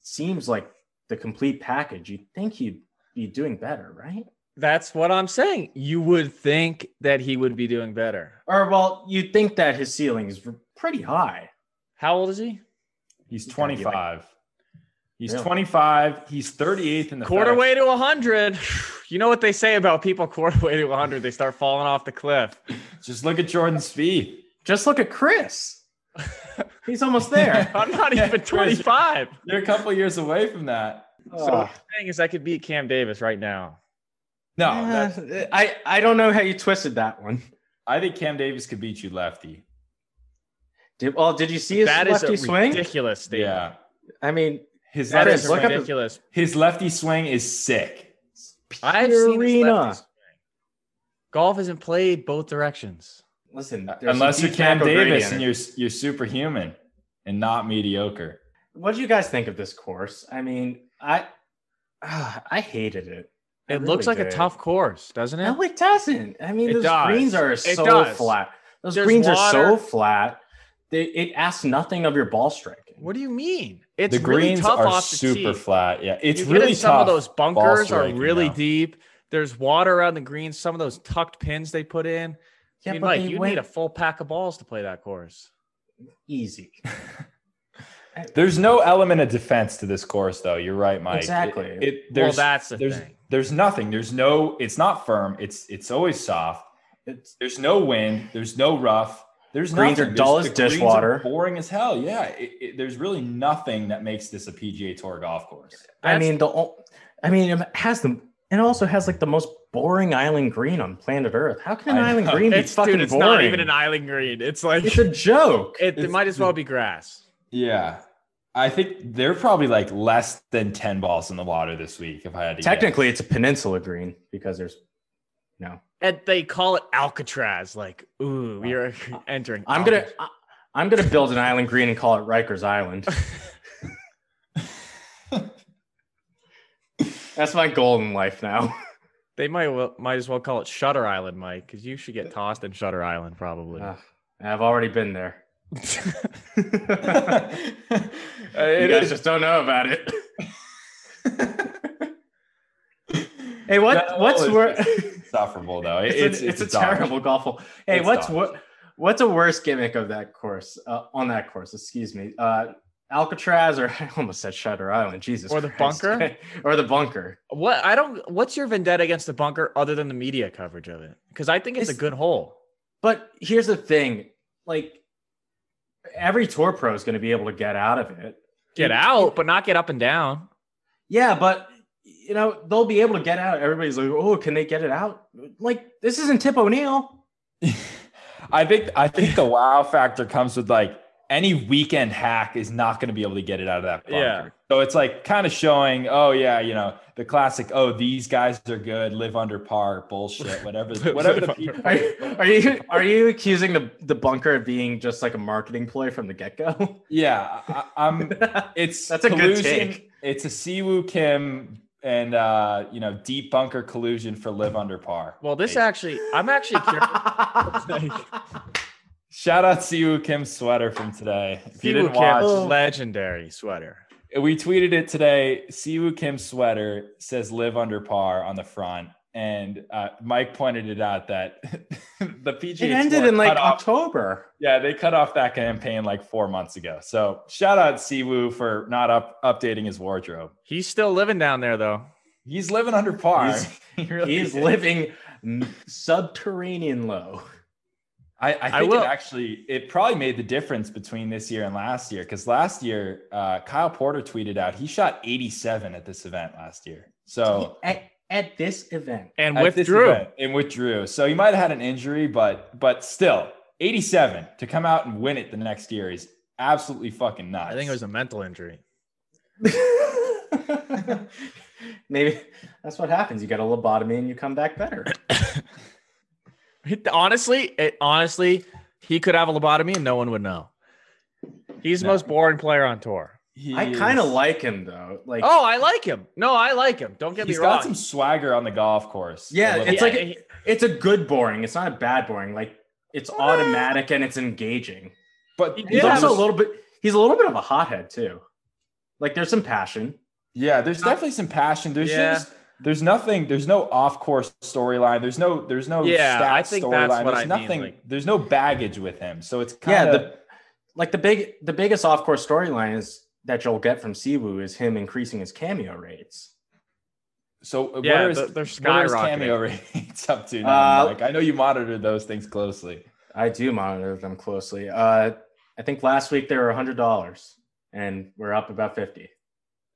[SPEAKER 2] seems like the complete package. You'd think he'd be doing better, right?
[SPEAKER 1] That's what I'm saying. You would think that he would be doing better.
[SPEAKER 2] Or well, you'd think that his ceiling is pretty high.
[SPEAKER 1] How old is he?
[SPEAKER 3] He's
[SPEAKER 2] gotta be like-
[SPEAKER 3] 25. He's
[SPEAKER 2] Really?
[SPEAKER 3] 25. He's 38th in the
[SPEAKER 1] quarter
[SPEAKER 3] FedEx
[SPEAKER 1] way to 100 you know what they say about people quarter way to 100 they start falling off the cliff
[SPEAKER 3] Just look at Jordan Spieth.
[SPEAKER 2] Just look at Chris. he's almost there.
[SPEAKER 1] i'm not
[SPEAKER 3] Yeah,
[SPEAKER 1] even
[SPEAKER 3] Chris.
[SPEAKER 1] 25
[SPEAKER 3] You're a couple years away from that.
[SPEAKER 2] Oh, Ah.
[SPEAKER 1] so the thing is i could beat cam davis right now
[SPEAKER 3] No, that's-
[SPEAKER 2] Yeah, I, I don't know how you twisted that one.
[SPEAKER 3] I think Cam Davis could beat you lefty.
[SPEAKER 2] Did, well, did you see his
[SPEAKER 1] that is
[SPEAKER 2] lefty
[SPEAKER 1] a
[SPEAKER 2] swing?
[SPEAKER 1] ridiculous statement.
[SPEAKER 3] Yeah.
[SPEAKER 2] I mean,
[SPEAKER 3] His
[SPEAKER 1] that
[SPEAKER 3] lefty,
[SPEAKER 2] Chris,
[SPEAKER 1] is
[SPEAKER 2] look
[SPEAKER 3] swing,
[SPEAKER 2] at the-
[SPEAKER 1] ridiculous
[SPEAKER 3] his lefty swing is sick.
[SPEAKER 1] i've seen his
[SPEAKER 2] Purina.
[SPEAKER 1] lefty swing. golf isn't played both directions
[SPEAKER 2] Listen, there's a
[SPEAKER 3] Unless you're
[SPEAKER 2] deep
[SPEAKER 3] Cam
[SPEAKER 2] macro gradient
[SPEAKER 3] Davis
[SPEAKER 2] in
[SPEAKER 3] and
[SPEAKER 2] it.
[SPEAKER 3] you're you're superhuman and not mediocre.
[SPEAKER 2] what do you guys think of this course? I mean, I ah, I hated it.
[SPEAKER 1] it
[SPEAKER 2] I
[SPEAKER 1] looks
[SPEAKER 2] really
[SPEAKER 1] like a
[SPEAKER 2] did.
[SPEAKER 1] tough course doesn't it
[SPEAKER 2] No, it doesn't. I mean,
[SPEAKER 1] It
[SPEAKER 2] those
[SPEAKER 1] does.
[SPEAKER 2] greens are
[SPEAKER 1] It
[SPEAKER 2] so
[SPEAKER 1] does.
[SPEAKER 2] flat. Those
[SPEAKER 1] There's
[SPEAKER 2] greens are so
[SPEAKER 1] water.
[SPEAKER 2] flat. They, it asks nothing of your ball striking.
[SPEAKER 1] what do you mean it's
[SPEAKER 3] the greens
[SPEAKER 1] really tough
[SPEAKER 3] are
[SPEAKER 1] off the
[SPEAKER 3] super
[SPEAKER 1] tee.
[SPEAKER 3] flat. Yeah, it's
[SPEAKER 1] You get in
[SPEAKER 3] really
[SPEAKER 1] some
[SPEAKER 3] tough.
[SPEAKER 1] of those bunkers are
[SPEAKER 3] striking,
[SPEAKER 1] really
[SPEAKER 3] though.
[SPEAKER 1] deep there's water around the greens some of those tucked pins they put in I
[SPEAKER 2] yeah,
[SPEAKER 1] mean,
[SPEAKER 2] but
[SPEAKER 1] Mike,
[SPEAKER 2] they
[SPEAKER 1] you
[SPEAKER 2] went
[SPEAKER 1] need a full pack of balls to play that course.
[SPEAKER 2] easy.
[SPEAKER 3] There's no element of defense to this course, though. You're right, Mike. It-
[SPEAKER 2] Exactly.
[SPEAKER 3] It, there's,
[SPEAKER 1] that's the
[SPEAKER 3] there's,
[SPEAKER 1] thing.
[SPEAKER 3] There's nothing. There's no. It's not firm. It's it's always soft.
[SPEAKER 2] It's
[SPEAKER 3] There's no wind. There's no rough. There's
[SPEAKER 2] Greens
[SPEAKER 3] nothing.
[SPEAKER 2] are dull
[SPEAKER 3] There's-
[SPEAKER 2] as
[SPEAKER 3] the greens
[SPEAKER 2] dishwater.
[SPEAKER 3] are Boring as hell. Yeah. It, it, there's really nothing that makes this a PGA Tour golf course.
[SPEAKER 2] I
[SPEAKER 1] That's-
[SPEAKER 2] mean the o- I mean it has the and also has like the most boring island green on planet Earth. How can an
[SPEAKER 3] I
[SPEAKER 2] island
[SPEAKER 3] know.
[SPEAKER 2] green be
[SPEAKER 1] It's
[SPEAKER 2] fucking
[SPEAKER 1] dude, it's
[SPEAKER 2] boring?
[SPEAKER 1] not even an island green. It's like
[SPEAKER 2] It's a joke.
[SPEAKER 1] it, it
[SPEAKER 2] It's-
[SPEAKER 1] might as well be grass.
[SPEAKER 3] Yeah. I think they're probably like less than 10 balls in the water this week if I had to guess.
[SPEAKER 2] Technically, it's a peninsula green because there's no.
[SPEAKER 1] And they call it Alcatraz. Like, ooh, we are entering.
[SPEAKER 2] I'm gonna
[SPEAKER 1] Alcatraz.
[SPEAKER 2] I, I'm gonna build an island green and call it Rikers Island. That's my goal in life now.
[SPEAKER 1] They might well, might as well call it Shutter Island, Mike, because you should get tossed in Shutter Island probably.
[SPEAKER 2] Ugh, I've already been there.
[SPEAKER 3] Uh,
[SPEAKER 2] You
[SPEAKER 3] it
[SPEAKER 2] guys
[SPEAKER 3] is-
[SPEAKER 2] just don't know about it. hey,
[SPEAKER 3] That
[SPEAKER 2] what what's
[SPEAKER 3] hole
[SPEAKER 2] wor-
[SPEAKER 3] is insufferable though. It-
[SPEAKER 2] it's, a, it's, a,
[SPEAKER 3] dodge.
[SPEAKER 2] terrible golf hole. Hey,
[SPEAKER 3] It's
[SPEAKER 2] what's
[SPEAKER 3] dodge.
[SPEAKER 2] what what's a worse gimmick of that course uh, on that course? Excuse me, uh, Alcatraz or I almost said Shutter Island. Jesus,
[SPEAKER 1] Or the
[SPEAKER 2] Christ.
[SPEAKER 1] bunker?
[SPEAKER 2] or the bunker.
[SPEAKER 1] What I don't. What's your vendetta against the bunker other than the media coverage of it? Because I think it's, a
[SPEAKER 2] It's-
[SPEAKER 1] good hole.
[SPEAKER 2] But here's the thing: like every tour pro is going to be able to get out of it.
[SPEAKER 1] Get out, but not get up and down.
[SPEAKER 2] Yeah, but you know they'll be able to get out. Everybody's like, "Oh, can they get it out?" Like this isn't Tip O'Neill.
[SPEAKER 3] I think I think the wow factor comes with like any weekend hack is not going to be able to get it out of that bunker.
[SPEAKER 1] Yeah.
[SPEAKER 3] So it's like kind of showing, oh yeah, you know, the classic, oh these guys are good, live under par, bullshit, whatever, whatever the people.
[SPEAKER 2] Are, are you are you accusing the the bunker of being just like a marketing ploy from the get go?
[SPEAKER 3] Yeah, I, I'm. It's
[SPEAKER 2] That's a good
[SPEAKER 3] collusion-
[SPEAKER 2] take.
[SPEAKER 3] It's a Siwoo Kim and uh, you know deep bunker collusion for live under par.
[SPEAKER 1] Well, this
[SPEAKER 3] Hey,
[SPEAKER 1] actually, I'm actually curious.
[SPEAKER 3] shout out Siwoo Kim's sweater from today. If you
[SPEAKER 1] Siwoo
[SPEAKER 3] didn't
[SPEAKER 1] Kim,
[SPEAKER 3] watch,
[SPEAKER 2] Oh.
[SPEAKER 1] legendary sweater.
[SPEAKER 3] we tweeted it today. Siwoo Kim's sweater says "Live Under Par" on the front, and uh, Mike pointed it out that the PGA
[SPEAKER 2] it ended
[SPEAKER 3] Tour
[SPEAKER 2] in like
[SPEAKER 3] cut off-
[SPEAKER 2] October.
[SPEAKER 3] yeah, they cut off that campaign like four months ago. So shout out Siwoo for not up updating his wardrobe.
[SPEAKER 1] He's still living down there though.
[SPEAKER 3] He's living under par.
[SPEAKER 2] He's-
[SPEAKER 3] He really
[SPEAKER 2] He's
[SPEAKER 3] is.
[SPEAKER 2] living subterranean low.
[SPEAKER 3] I, I
[SPEAKER 1] I
[SPEAKER 3] think
[SPEAKER 1] will-
[SPEAKER 3] it actually it probably made the difference between this year and last year because last year uh, Kyle Porter tweeted out he shot 87 at this event last year. So
[SPEAKER 2] At, at this event,
[SPEAKER 1] And
[SPEAKER 3] at this
[SPEAKER 1] withdrew.
[SPEAKER 3] event, and withdrew. So he might have had an injury, but but still 87 to come out and win it the next year is absolutely fucking nuts.
[SPEAKER 1] I think it was a mental injury.
[SPEAKER 2] maybe that's what happens. You get a lobotomy and you come back better.
[SPEAKER 1] It- honestly, it, honestly, he could have a lobotomy and no one would know. He's the
[SPEAKER 3] No.
[SPEAKER 1] most boring player on tour.
[SPEAKER 3] He
[SPEAKER 2] I kind of
[SPEAKER 3] is-
[SPEAKER 2] like him though. Like,
[SPEAKER 1] Oh, I like him. No, I like him. Don't get
[SPEAKER 3] He's
[SPEAKER 1] me wrong.
[SPEAKER 3] got some swagger on the golf course.
[SPEAKER 2] Yeah,
[SPEAKER 3] A little
[SPEAKER 2] it's
[SPEAKER 3] bit.
[SPEAKER 2] like
[SPEAKER 1] Yeah, he-
[SPEAKER 2] it's a good boring. It's not a bad boring. Like, it's automatic and it's engaging.
[SPEAKER 3] but
[SPEAKER 1] he
[SPEAKER 2] He's
[SPEAKER 1] Yeah.
[SPEAKER 2] also a little bit. He's a little bit of a hothead too. Like, there's some passion.
[SPEAKER 3] Yeah, there's definitely some passion. There's
[SPEAKER 1] Uh, Yeah.
[SPEAKER 3] just there's nothing. There's no off course storyline. There's no there's no
[SPEAKER 1] Yeah,
[SPEAKER 3] stat
[SPEAKER 1] I think that's
[SPEAKER 3] storyline.
[SPEAKER 1] what
[SPEAKER 3] There's
[SPEAKER 1] I mean,
[SPEAKER 3] nothing.
[SPEAKER 1] like-
[SPEAKER 3] there's no baggage with him. So it's
[SPEAKER 2] Yeah,
[SPEAKER 3] kind of
[SPEAKER 2] the- Like the big, the biggest off course storyline is that you'll get from Siwoo is him increasing his cameo rates.
[SPEAKER 3] so
[SPEAKER 1] Yeah,
[SPEAKER 3] what are his,
[SPEAKER 1] the- they're
[SPEAKER 3] what are his cameo rates up to now?
[SPEAKER 2] Uh,
[SPEAKER 3] Mike? I know you monitor those things closely.
[SPEAKER 2] I do monitor them closely. Uh, I think last week they were hundred dollars, and we're up about fifty.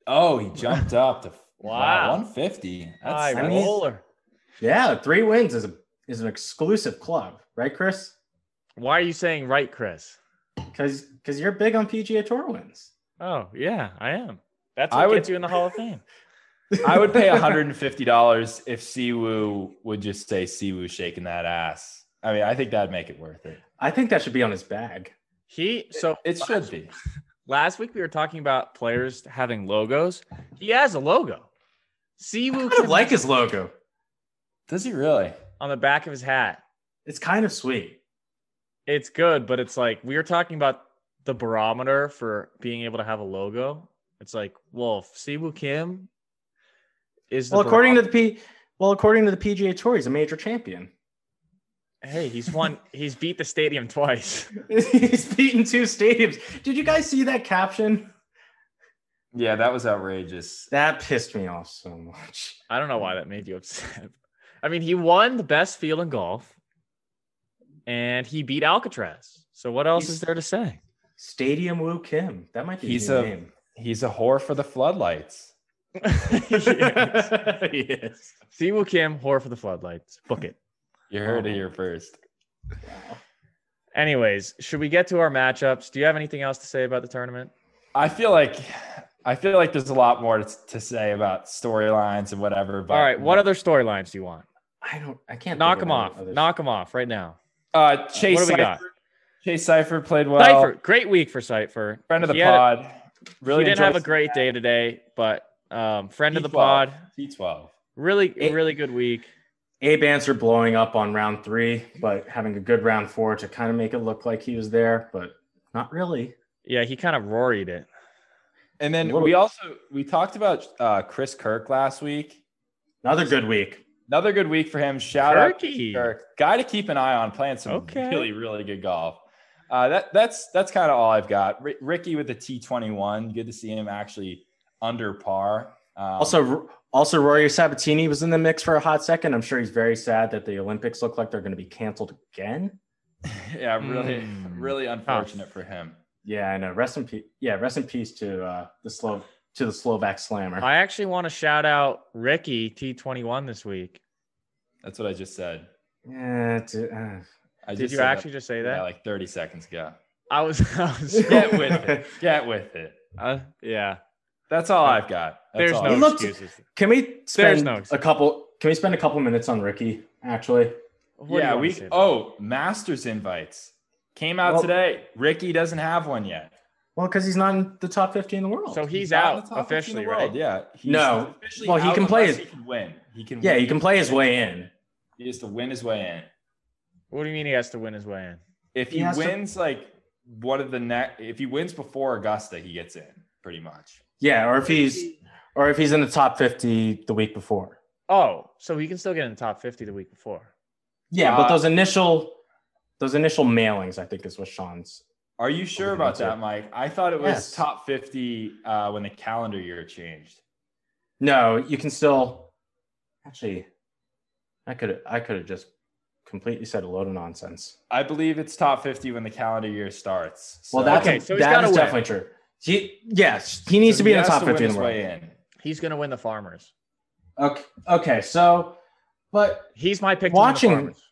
[SPEAKER 3] Oh, he jumped up to
[SPEAKER 1] Wow.
[SPEAKER 3] 150. That's,
[SPEAKER 1] High
[SPEAKER 2] I mean-
[SPEAKER 1] roller.
[SPEAKER 2] Yeah, three wins is a is an exclusive club, right, Chris?
[SPEAKER 1] Why are you saying right, Chris?
[SPEAKER 2] Because because you're big on PGA Tour wins.
[SPEAKER 1] Oh yeah, I am. That's
[SPEAKER 3] I
[SPEAKER 1] what
[SPEAKER 3] would-
[SPEAKER 1] gets you in the Hall of Fame.
[SPEAKER 3] I would pay 150 dollars if Siwoo would just say Siwoo shaking that ass. I mean, I think that'd make it worth it.
[SPEAKER 2] I think that should be on his bag.
[SPEAKER 1] He so
[SPEAKER 3] It should be.
[SPEAKER 1] last week we were talking about players having logos. He has a logo. Siwoo
[SPEAKER 2] I kind
[SPEAKER 1] Kim
[SPEAKER 2] of like his logo.
[SPEAKER 3] Does he really?
[SPEAKER 1] on the back of his hat.
[SPEAKER 2] It's kind of sweet.
[SPEAKER 1] It's good, but it's like we were talking about the barometer for being able to have a logo. It's like, well, if Siwoo Kim is the
[SPEAKER 2] Well, according to the P, well, according to the PGA Tour, he's a major champion.
[SPEAKER 1] barom- hey, he's won. he's beat the stadium twice.
[SPEAKER 2] he's beaten two stadiums. Did you guys see that caption?
[SPEAKER 3] Yeah, that was outrageous.
[SPEAKER 2] That pissed me off so much.
[SPEAKER 1] I don't know why that made you upset. I mean, he won the best field in golf, and he beat Alcatraz. So what else
[SPEAKER 2] He's-
[SPEAKER 1] is there to say?
[SPEAKER 2] Stadium Woo Kim. That might be
[SPEAKER 3] He's
[SPEAKER 2] his new
[SPEAKER 3] a-
[SPEAKER 2] name.
[SPEAKER 3] He's a whore for the floodlights.
[SPEAKER 1] yes.
[SPEAKER 2] yes.
[SPEAKER 1] Siwoo Kim, whore for the floodlights. Book it.
[SPEAKER 3] You heard
[SPEAKER 1] Oh.
[SPEAKER 3] it here first.
[SPEAKER 1] Anyways, should we get to our matchups? Do you have anything else to say about the tournament?
[SPEAKER 3] I feel like I feel like there's a lot more to, to say about storylines and whatever. But
[SPEAKER 1] All right. What other storylines do you want?
[SPEAKER 2] I don't. I can't
[SPEAKER 1] Knock
[SPEAKER 2] think of
[SPEAKER 1] them
[SPEAKER 2] any
[SPEAKER 1] off.
[SPEAKER 2] others.
[SPEAKER 1] Knock them off right now.
[SPEAKER 3] uh, Chase
[SPEAKER 1] what do we got?
[SPEAKER 3] Cypher, Chase Cypher played well.
[SPEAKER 1] Cypher, great week for Cypher.
[SPEAKER 3] Friend of the
[SPEAKER 1] He had a-
[SPEAKER 3] pod. really
[SPEAKER 1] he didn't
[SPEAKER 3] enjoyed
[SPEAKER 1] have a great day today, but um, friend of the
[SPEAKER 3] P12.
[SPEAKER 1] pod.
[SPEAKER 3] T12.
[SPEAKER 1] Really,
[SPEAKER 2] It-
[SPEAKER 1] really good week.
[SPEAKER 2] Abe Answer blowing up on round three, but having a good round four to kind of make it look like he was there, but not really.
[SPEAKER 1] Yeah, he kind of roared it.
[SPEAKER 3] And then
[SPEAKER 2] What do
[SPEAKER 3] we
[SPEAKER 2] we-
[SPEAKER 3] also we talked about uh, Chris Kirk last week.
[SPEAKER 2] Another good week.
[SPEAKER 3] Another good week for him. Shout out
[SPEAKER 1] Kirky.
[SPEAKER 3] Kirk. Guy to keep an eye on, playing some
[SPEAKER 1] Okay.
[SPEAKER 3] really, really good golf. Uh, that that's that's kind of all I've got. Ri Ricky with the T twenty one. Good to see him actually under par. Um,
[SPEAKER 2] Also, also Rory Sabatini was in the mix for a hot second. I'm sure he's very sad that the Olympics look like they're going to be canceled again.
[SPEAKER 3] yeah, really,
[SPEAKER 1] Mm.
[SPEAKER 3] really unfortunate for him.
[SPEAKER 2] Yeah, I know. Rest in peace. Yeah, rest in peace to uh, the Slo- to the Slovak slammer.
[SPEAKER 1] I actually want to shout out Ricky T21 this week.
[SPEAKER 3] That's what I just said.
[SPEAKER 2] yeah, to, uh,
[SPEAKER 3] I
[SPEAKER 1] Did
[SPEAKER 3] just
[SPEAKER 1] you
[SPEAKER 3] said
[SPEAKER 1] actually just say
[SPEAKER 3] Yeah,
[SPEAKER 1] that?
[SPEAKER 3] like thirty seconds ago.
[SPEAKER 1] I was, I was,
[SPEAKER 3] Get with it. Get with it.
[SPEAKER 1] uh, yeah.
[SPEAKER 3] That's all I've got. That's
[SPEAKER 1] There's
[SPEAKER 3] all
[SPEAKER 1] no
[SPEAKER 2] He looked-
[SPEAKER 1] excuses.
[SPEAKER 2] can we spend
[SPEAKER 1] no
[SPEAKER 2] a
[SPEAKER 1] excuse.
[SPEAKER 2] couple? Can we spend a couple minutes on Ricky? Actually,
[SPEAKER 1] What do you
[SPEAKER 3] Yeah,
[SPEAKER 1] want me
[SPEAKER 3] we
[SPEAKER 1] to say about
[SPEAKER 3] oh Masters invites came out
[SPEAKER 2] Well-
[SPEAKER 3] today. Ricky doesn't have one yet.
[SPEAKER 2] well, because he's not in the top 50 in the
[SPEAKER 1] it?
[SPEAKER 2] world.
[SPEAKER 1] So he's
[SPEAKER 3] not on
[SPEAKER 1] out
[SPEAKER 3] the top 15
[SPEAKER 1] officially,
[SPEAKER 3] in the world,
[SPEAKER 1] right?
[SPEAKER 3] Yeah. He's
[SPEAKER 2] No.
[SPEAKER 3] officially
[SPEAKER 2] Well, he
[SPEAKER 3] out
[SPEAKER 2] can play
[SPEAKER 3] unless
[SPEAKER 2] his-
[SPEAKER 3] He can win. He can.
[SPEAKER 2] yeah,
[SPEAKER 3] win.
[SPEAKER 2] he can play his way in.
[SPEAKER 3] He has to win his way in.
[SPEAKER 1] What do you mean he has to win his way in?
[SPEAKER 3] If
[SPEAKER 2] He
[SPEAKER 3] he,
[SPEAKER 2] has to-
[SPEAKER 3] wins like one of the next, if he wins before Augusta, he gets in pretty much.
[SPEAKER 2] Yeah, or if he's or if he's in the top 50 the week before.
[SPEAKER 1] Oh, so he can still get in the top 50 the week before.
[SPEAKER 2] Yeah, but
[SPEAKER 3] Uh,
[SPEAKER 2] those initial those initial mailings, I think, is what Sean's.
[SPEAKER 3] Are you sure
[SPEAKER 2] Okay,
[SPEAKER 3] about
[SPEAKER 2] that's
[SPEAKER 3] that,
[SPEAKER 2] Oh, it.
[SPEAKER 3] Mike? I thought it was
[SPEAKER 2] Yes.
[SPEAKER 3] top fifty uh, when the calendar year changed.
[SPEAKER 2] No, you can still. Actually, I could I could have just completely said a load of nonsense.
[SPEAKER 3] I believe it's top fifty when the calendar year starts. So,
[SPEAKER 2] Well, that's
[SPEAKER 1] Okay,
[SPEAKER 2] okay,
[SPEAKER 1] so
[SPEAKER 2] so
[SPEAKER 1] he's gotta
[SPEAKER 2] that is
[SPEAKER 1] win.
[SPEAKER 2] definitely true. He yes, he needs
[SPEAKER 3] so
[SPEAKER 2] to be
[SPEAKER 3] he
[SPEAKER 2] in the
[SPEAKER 3] has
[SPEAKER 2] top
[SPEAKER 3] win
[SPEAKER 2] 50 in
[SPEAKER 3] his
[SPEAKER 2] the world.
[SPEAKER 3] way in.
[SPEAKER 1] He's going to win the farmers.
[SPEAKER 2] Okay, okay, so but
[SPEAKER 1] He's my pick
[SPEAKER 2] Watching-
[SPEAKER 1] to win the farmers.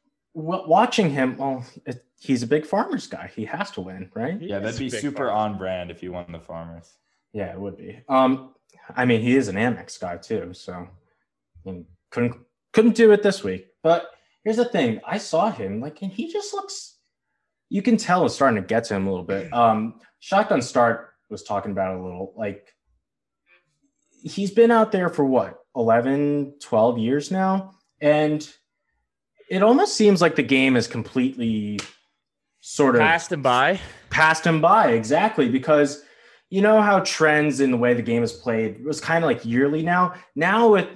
[SPEAKER 2] w- watching him, well, it, he's a big farmers guy. He has to win, right?
[SPEAKER 1] He
[SPEAKER 3] Yeah,
[SPEAKER 1] is
[SPEAKER 3] that'd be
[SPEAKER 1] big
[SPEAKER 3] super
[SPEAKER 1] farmer.
[SPEAKER 3] on brand if you won the farmers.
[SPEAKER 2] Yeah, it would be. Um, I mean, he is an Amex guy too, so I mean, couldn't couldn't do it this week. But here's the thing: I saw him like, and he just looks. You can tell it's starting to get to him a little bit. Um, Shotgun Start was talking about it a little like he's been out there for what 11 12 years now and it almost seems like the game is completely sort of
[SPEAKER 1] Passed him by.
[SPEAKER 2] passed him by exactly because you know how trends in the way the game is played was kind of like yearly now now with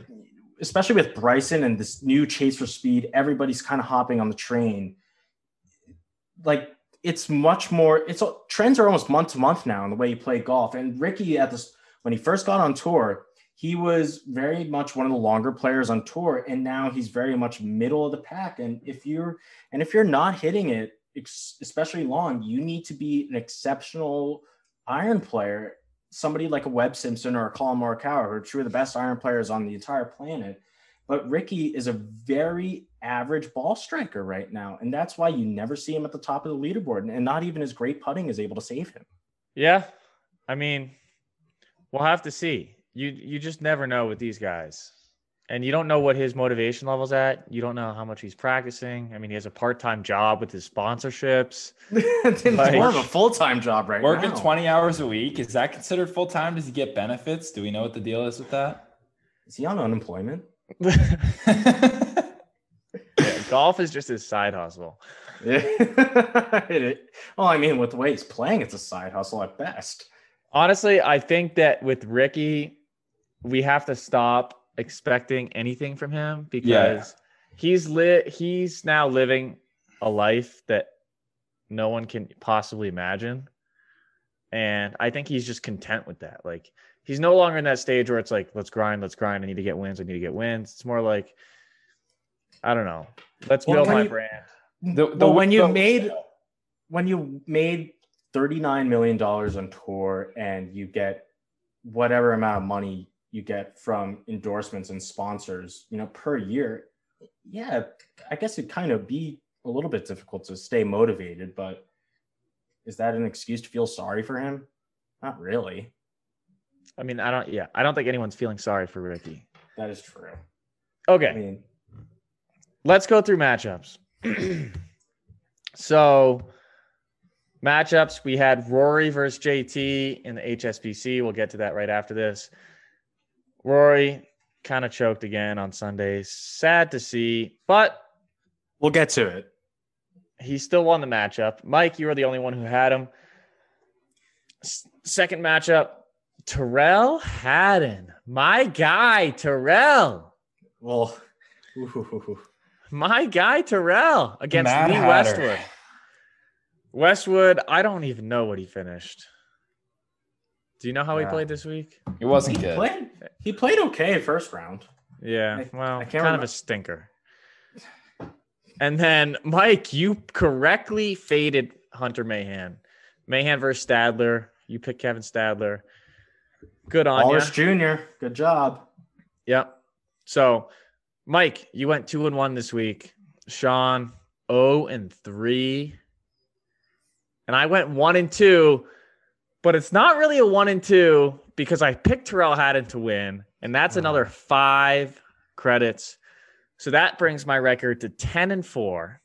[SPEAKER 2] especially with bryson and this new chase for speed everybody's kind of hopping on the train like it's much more it's trends are almost month to month now in the way you play golf and ricky at this when he first got on tour he was very much one of the longer players on tour and now he's very much middle of the pack and if you're and if you're not hitting it ex- especially long you need to be an exceptional iron player somebody like a webb simpson or a colin morikawa who are two of the best iron players on the entire planet but ricky is a very average ball striker right now and that's why you never see him at the top of the leaderboard and- and not even his great putting is able to save him
[SPEAKER 1] Yeah. I mean, we'll have to see. You you just never know with these guys. And you don't know what his motivation level's at. You don't know how much he's practicing. I mean, he has a part-time job with his sponsorships.
[SPEAKER 2] it's more of a full-time job right
[SPEAKER 3] Working
[SPEAKER 2] now.
[SPEAKER 3] 20 hours a week, is that considered full time? Does he get benefits? Do we know what the deal is with that?
[SPEAKER 2] is he on unemployment
[SPEAKER 1] Yeah, golf is just his side hustle.
[SPEAKER 2] Yeah. It- well, I mean, with the way he's playing, it's a side hustle at best.
[SPEAKER 1] Honestly, I think that with Ricky, we have to stop expecting anything from him because he's lit he's now living a life that no one can possibly imagine. And I think he's just content with that. Like he's no longer in that stage where it's like, let's grind, let's grind. I need to get wins. I need to get wins. It's more like, I don't know. Let's
[SPEAKER 2] Well,
[SPEAKER 1] build
[SPEAKER 2] when
[SPEAKER 1] my
[SPEAKER 2] you-
[SPEAKER 1] brand.
[SPEAKER 3] The- the-
[SPEAKER 2] well, when you
[SPEAKER 3] the-
[SPEAKER 2] made when you made thirty nine million dollars on tour and you get whatever amount of money you get from endorsements and sponsors, you know, per year, yeah, I guess it'd kind of be a little bit difficult to stay motivated, but is that an excuse to feel sorry for him? Not really.
[SPEAKER 1] I mean, I don't. Yeah, I don't think anyone's feeling sorry for Ricky.
[SPEAKER 2] That is true.
[SPEAKER 1] Okay,
[SPEAKER 2] I mean,
[SPEAKER 1] let's go through matchups. so, matchups we had Rory versus JT in the HSBC. We'll get to that right after this. Rory kind of choked again on Sunday. Sad to see, but
[SPEAKER 2] we'll get to it.
[SPEAKER 1] he still won the matchup. Mike, you were the only one who had him. S- second matchup, Terrell Haddon. My guy, Terrell.
[SPEAKER 2] Well, ooh,
[SPEAKER 1] My guy Terrell against
[SPEAKER 3] Mad
[SPEAKER 1] Lee
[SPEAKER 3] Hatter.
[SPEAKER 1] Westwood. Westwood, I don't even know what he finished. Do you know how he
[SPEAKER 3] Yeah.
[SPEAKER 1] played this week?
[SPEAKER 3] It wasn't
[SPEAKER 2] he
[SPEAKER 3] good.
[SPEAKER 2] played. He played okay first round.
[SPEAKER 1] Yeah,
[SPEAKER 2] I-
[SPEAKER 1] well,
[SPEAKER 2] I can't
[SPEAKER 1] kind of
[SPEAKER 2] remem-
[SPEAKER 1] a stinker. And then Mike, you correctly faded Hunter Mahan. Mahan versus Stadler. You picked Kevin Stadler. Good on you.
[SPEAKER 2] Wallace Jr. Good job.
[SPEAKER 1] Yep. So, Mike, you went two and one this week. Sean, oh and three. And I went one and two, but it's not really a one and two because I picked Terrell Haddon to win, and that's
[SPEAKER 2] Oh.
[SPEAKER 1] another five credits. So that brings my record to 10 and four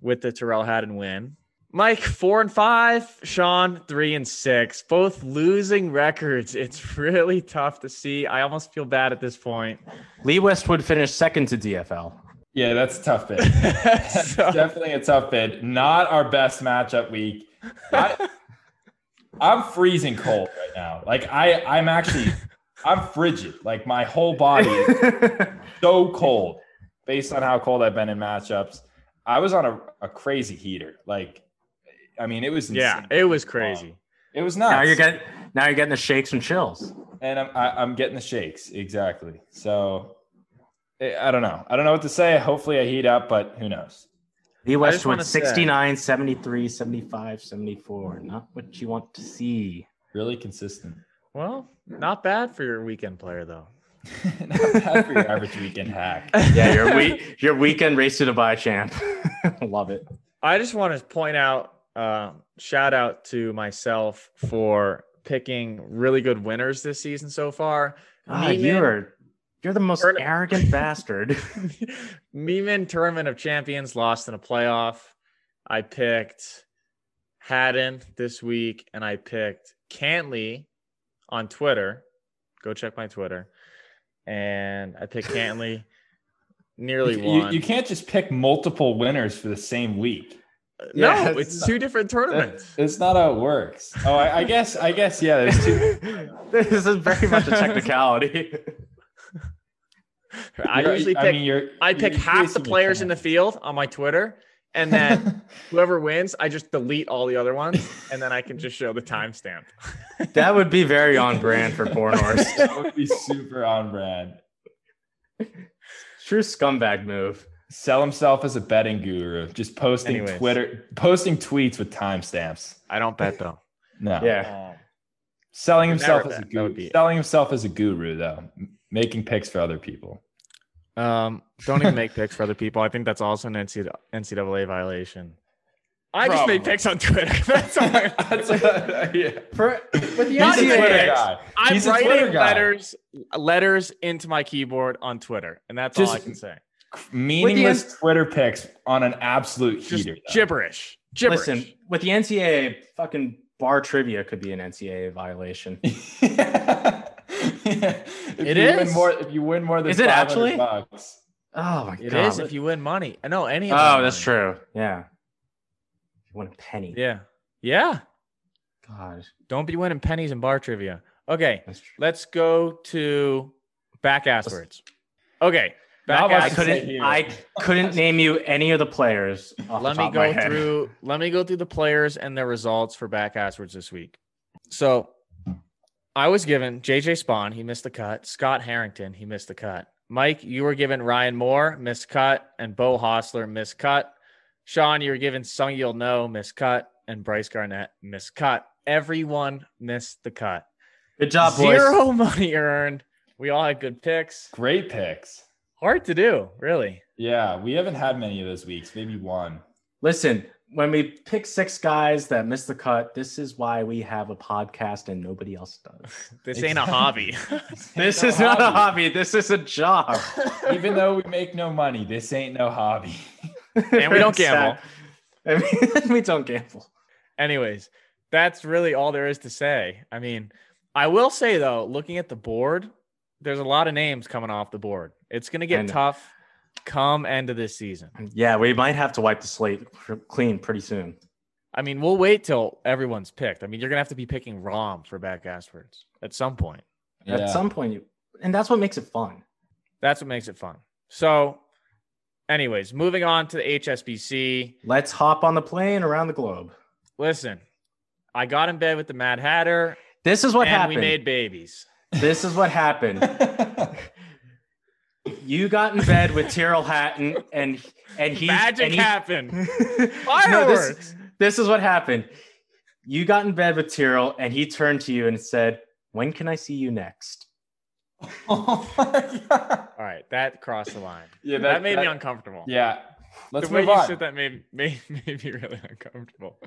[SPEAKER 1] with the Terrell Haddon win. Mike, four and five, Sean, three and six, both losing records. It's really tough to see. I almost feel bad at this point.
[SPEAKER 2] Lee Westwood finished second to DFL.
[SPEAKER 3] Yeah, that's a tough bid. That's
[SPEAKER 1] So-
[SPEAKER 3] Definitely a tough bid. Not our best matchup week. I, I'm freezing cold right now. Like I, I'm actually, I'm frigid. Like my whole body is so cold, based on how cold I've been in matchups. I was on a, a crazy heater. Like, I mean, it was insane.
[SPEAKER 1] yeah, it was crazy.
[SPEAKER 3] It was
[SPEAKER 2] now you're
[SPEAKER 3] nuts.
[SPEAKER 2] getting now you're getting the shakes and chills.
[SPEAKER 3] and I'm I, I'm getting the shakes exactly. So I I don't know. I don't know what to say. Hopefully, I heat up, but who knows?
[SPEAKER 2] Lee
[SPEAKER 1] I just
[SPEAKER 2] Westwood
[SPEAKER 1] wanna say-
[SPEAKER 2] 69, 73, 75, 74. Not what you want to see.
[SPEAKER 3] Really consistent.
[SPEAKER 1] Well, not bad for your weekend player though.
[SPEAKER 3] Not bad for your average weekend hack.
[SPEAKER 2] Yeah, your week your weekend race to Dubai champ. Love it.
[SPEAKER 1] I just want to point out, uh, shout out to myself for picking really good winners this season so far.
[SPEAKER 2] Ah,
[SPEAKER 1] Neiman-
[SPEAKER 2] you're you're the most
[SPEAKER 1] Turn-
[SPEAKER 2] arrogant bastard.
[SPEAKER 1] Meeman Tournament of Champions lost in a playoff. I picked Haddon this week, and I picked Cantley on Twitter. Go check my Twitter. And I picked Cantley. Nearly
[SPEAKER 3] You,
[SPEAKER 1] won.
[SPEAKER 3] you can't just pick multiple winners for the same week.
[SPEAKER 1] no,
[SPEAKER 2] Yeah,
[SPEAKER 1] it's
[SPEAKER 2] it's-
[SPEAKER 1] two different
[SPEAKER 3] That,
[SPEAKER 1] tournaments.
[SPEAKER 3] that's not how it works. Oh, I, I guess. I guess. Yeah. There's two.
[SPEAKER 2] this is very much a technicality.
[SPEAKER 1] I
[SPEAKER 3] you're-
[SPEAKER 1] usually pick.
[SPEAKER 3] I, mean, you're,
[SPEAKER 1] I
[SPEAKER 3] you're
[SPEAKER 1] pick half the
[SPEAKER 3] increasing your
[SPEAKER 1] players in the
[SPEAKER 3] chance.
[SPEAKER 1] field on my Twitter, and then whoever wins, I just delete all the other ones, and then I can just show the timestamp.
[SPEAKER 2] that would be very on brand for Bornhorst.
[SPEAKER 3] that would be super on brand.
[SPEAKER 2] True scumbag move.
[SPEAKER 3] Sell himself as a betting guru, just posting
[SPEAKER 1] Anyways.
[SPEAKER 3] Twitter, posting tweets with timestamps.
[SPEAKER 1] I don't bet though.
[SPEAKER 3] No,
[SPEAKER 2] Yeah.
[SPEAKER 1] Um,
[SPEAKER 3] selling himself
[SPEAKER 1] Never
[SPEAKER 3] as a
[SPEAKER 1] bet. That would
[SPEAKER 3] guru.
[SPEAKER 1] be it.
[SPEAKER 3] Selling himself as a guru, though, M- making picks for other people.
[SPEAKER 1] Um, don't even make picks for other people. I think that's also an NCAA violation. I just made
[SPEAKER 3] Probably.
[SPEAKER 1] picks on Twitter. That's all. I-
[SPEAKER 3] That's a, yeah.
[SPEAKER 2] For, with the
[SPEAKER 1] Not
[SPEAKER 3] He's a
[SPEAKER 1] even
[SPEAKER 3] Twitter
[SPEAKER 1] picks.
[SPEAKER 3] guy.
[SPEAKER 1] I'm
[SPEAKER 3] He's a Twitter
[SPEAKER 1] writing
[SPEAKER 3] guy.
[SPEAKER 1] letters, letters into my keyboard on Twitter, and that's all I
[SPEAKER 3] Just-
[SPEAKER 1] can say.
[SPEAKER 3] Meaningless Twitter picks on an absolute
[SPEAKER 1] Just
[SPEAKER 3] heater. though.
[SPEAKER 1] gibberish, gibberish.
[SPEAKER 2] Listen, with the NCAA, fucking bar trivia could be an NCAA violation.
[SPEAKER 3] yeah. If
[SPEAKER 1] It
[SPEAKER 3] you win
[SPEAKER 1] is.
[SPEAKER 3] more, if you win more than
[SPEAKER 2] Is it
[SPEAKER 3] 500
[SPEAKER 2] actually?
[SPEAKER 3] bucks,
[SPEAKER 2] Oh my
[SPEAKER 1] It
[SPEAKER 2] god.
[SPEAKER 1] is if you win money. No, any.
[SPEAKER 2] oh, that's true. Yeah. You won a penny.
[SPEAKER 1] Yeah, yeah.
[SPEAKER 2] God,
[SPEAKER 1] Don't be winning pennies in bar trivia. Okay,
[SPEAKER 2] that's true.
[SPEAKER 1] let's go to back asswards. Okay,
[SPEAKER 3] Not
[SPEAKER 1] back
[SPEAKER 3] much
[SPEAKER 2] I
[SPEAKER 3] Let's say
[SPEAKER 2] couldn't.
[SPEAKER 3] here.
[SPEAKER 2] I couldn't name you any of the players. Off
[SPEAKER 1] let
[SPEAKER 2] the
[SPEAKER 1] me
[SPEAKER 2] top of my
[SPEAKER 1] go
[SPEAKER 2] head.
[SPEAKER 1] through let me go through the players and their results for back asswards this week so i was given jj spawn he missed the cut scott harrington he missed the cut mike you were given ryan moore missed cut and bo hostler missed cut sean you were given sung yul no missed cut and bryce garnett missed cut everyone missed the cut
[SPEAKER 2] Good job, boys.
[SPEAKER 1] zero money earned We all had good picks.
[SPEAKER 3] Great picks.
[SPEAKER 1] Hard to do, really.
[SPEAKER 3] Yeah, we haven't had many of those weeks, maybe one.
[SPEAKER 2] Listen, when we pick six guys that miss the cut, this is why we have a podcast and nobody else does.
[SPEAKER 1] This ain't a hobby.
[SPEAKER 2] this is not a hobby. This is a job.
[SPEAKER 3] Even though we make no money, this ain't no hobby.
[SPEAKER 1] And we don't gamble.
[SPEAKER 2] I mean, we don't gamble.
[SPEAKER 1] Anyways, that's really all there is to say. I mean, I will say though, looking at the board, there's a lot of names coming off the board. It's going to
[SPEAKER 2] I
[SPEAKER 1] get
[SPEAKER 2] know.
[SPEAKER 1] tough come end of this season.
[SPEAKER 2] Yeah, we might have to wipe the slate cr- clean pretty soon.
[SPEAKER 1] I mean, we'll wait till everyone's picked. I mean, you're going to have to be picking Rom for back Ashwards at some point.
[SPEAKER 3] Yeah.
[SPEAKER 2] At some point, you, and that's what makes it fun.
[SPEAKER 1] That's what makes it fun. So, anyways, moving on to the HSBC.
[SPEAKER 2] Let's hop on the plane around the globe.
[SPEAKER 1] Listen, I got in bed with the Mad Hatter
[SPEAKER 2] This is what
[SPEAKER 1] and
[SPEAKER 2] happened.
[SPEAKER 1] we made babies.
[SPEAKER 2] this is what happened. You got in bed with Tyrrell Hatton, and and he
[SPEAKER 1] Magic
[SPEAKER 2] and he-
[SPEAKER 1] happened.
[SPEAKER 2] No,
[SPEAKER 1] Fireworks.
[SPEAKER 2] this, this is what happened. You got in bed with Tyrrell, and he turned to you and said, "When can I see you next?"
[SPEAKER 3] oh my God.
[SPEAKER 1] All right, that crossed the line.
[SPEAKER 3] Yeah,
[SPEAKER 1] That, made me uncomfortable.
[SPEAKER 3] Yeah. Let's
[SPEAKER 1] the way
[SPEAKER 3] move
[SPEAKER 1] you
[SPEAKER 3] on.
[SPEAKER 1] said that made, made, made me really uncomfortable.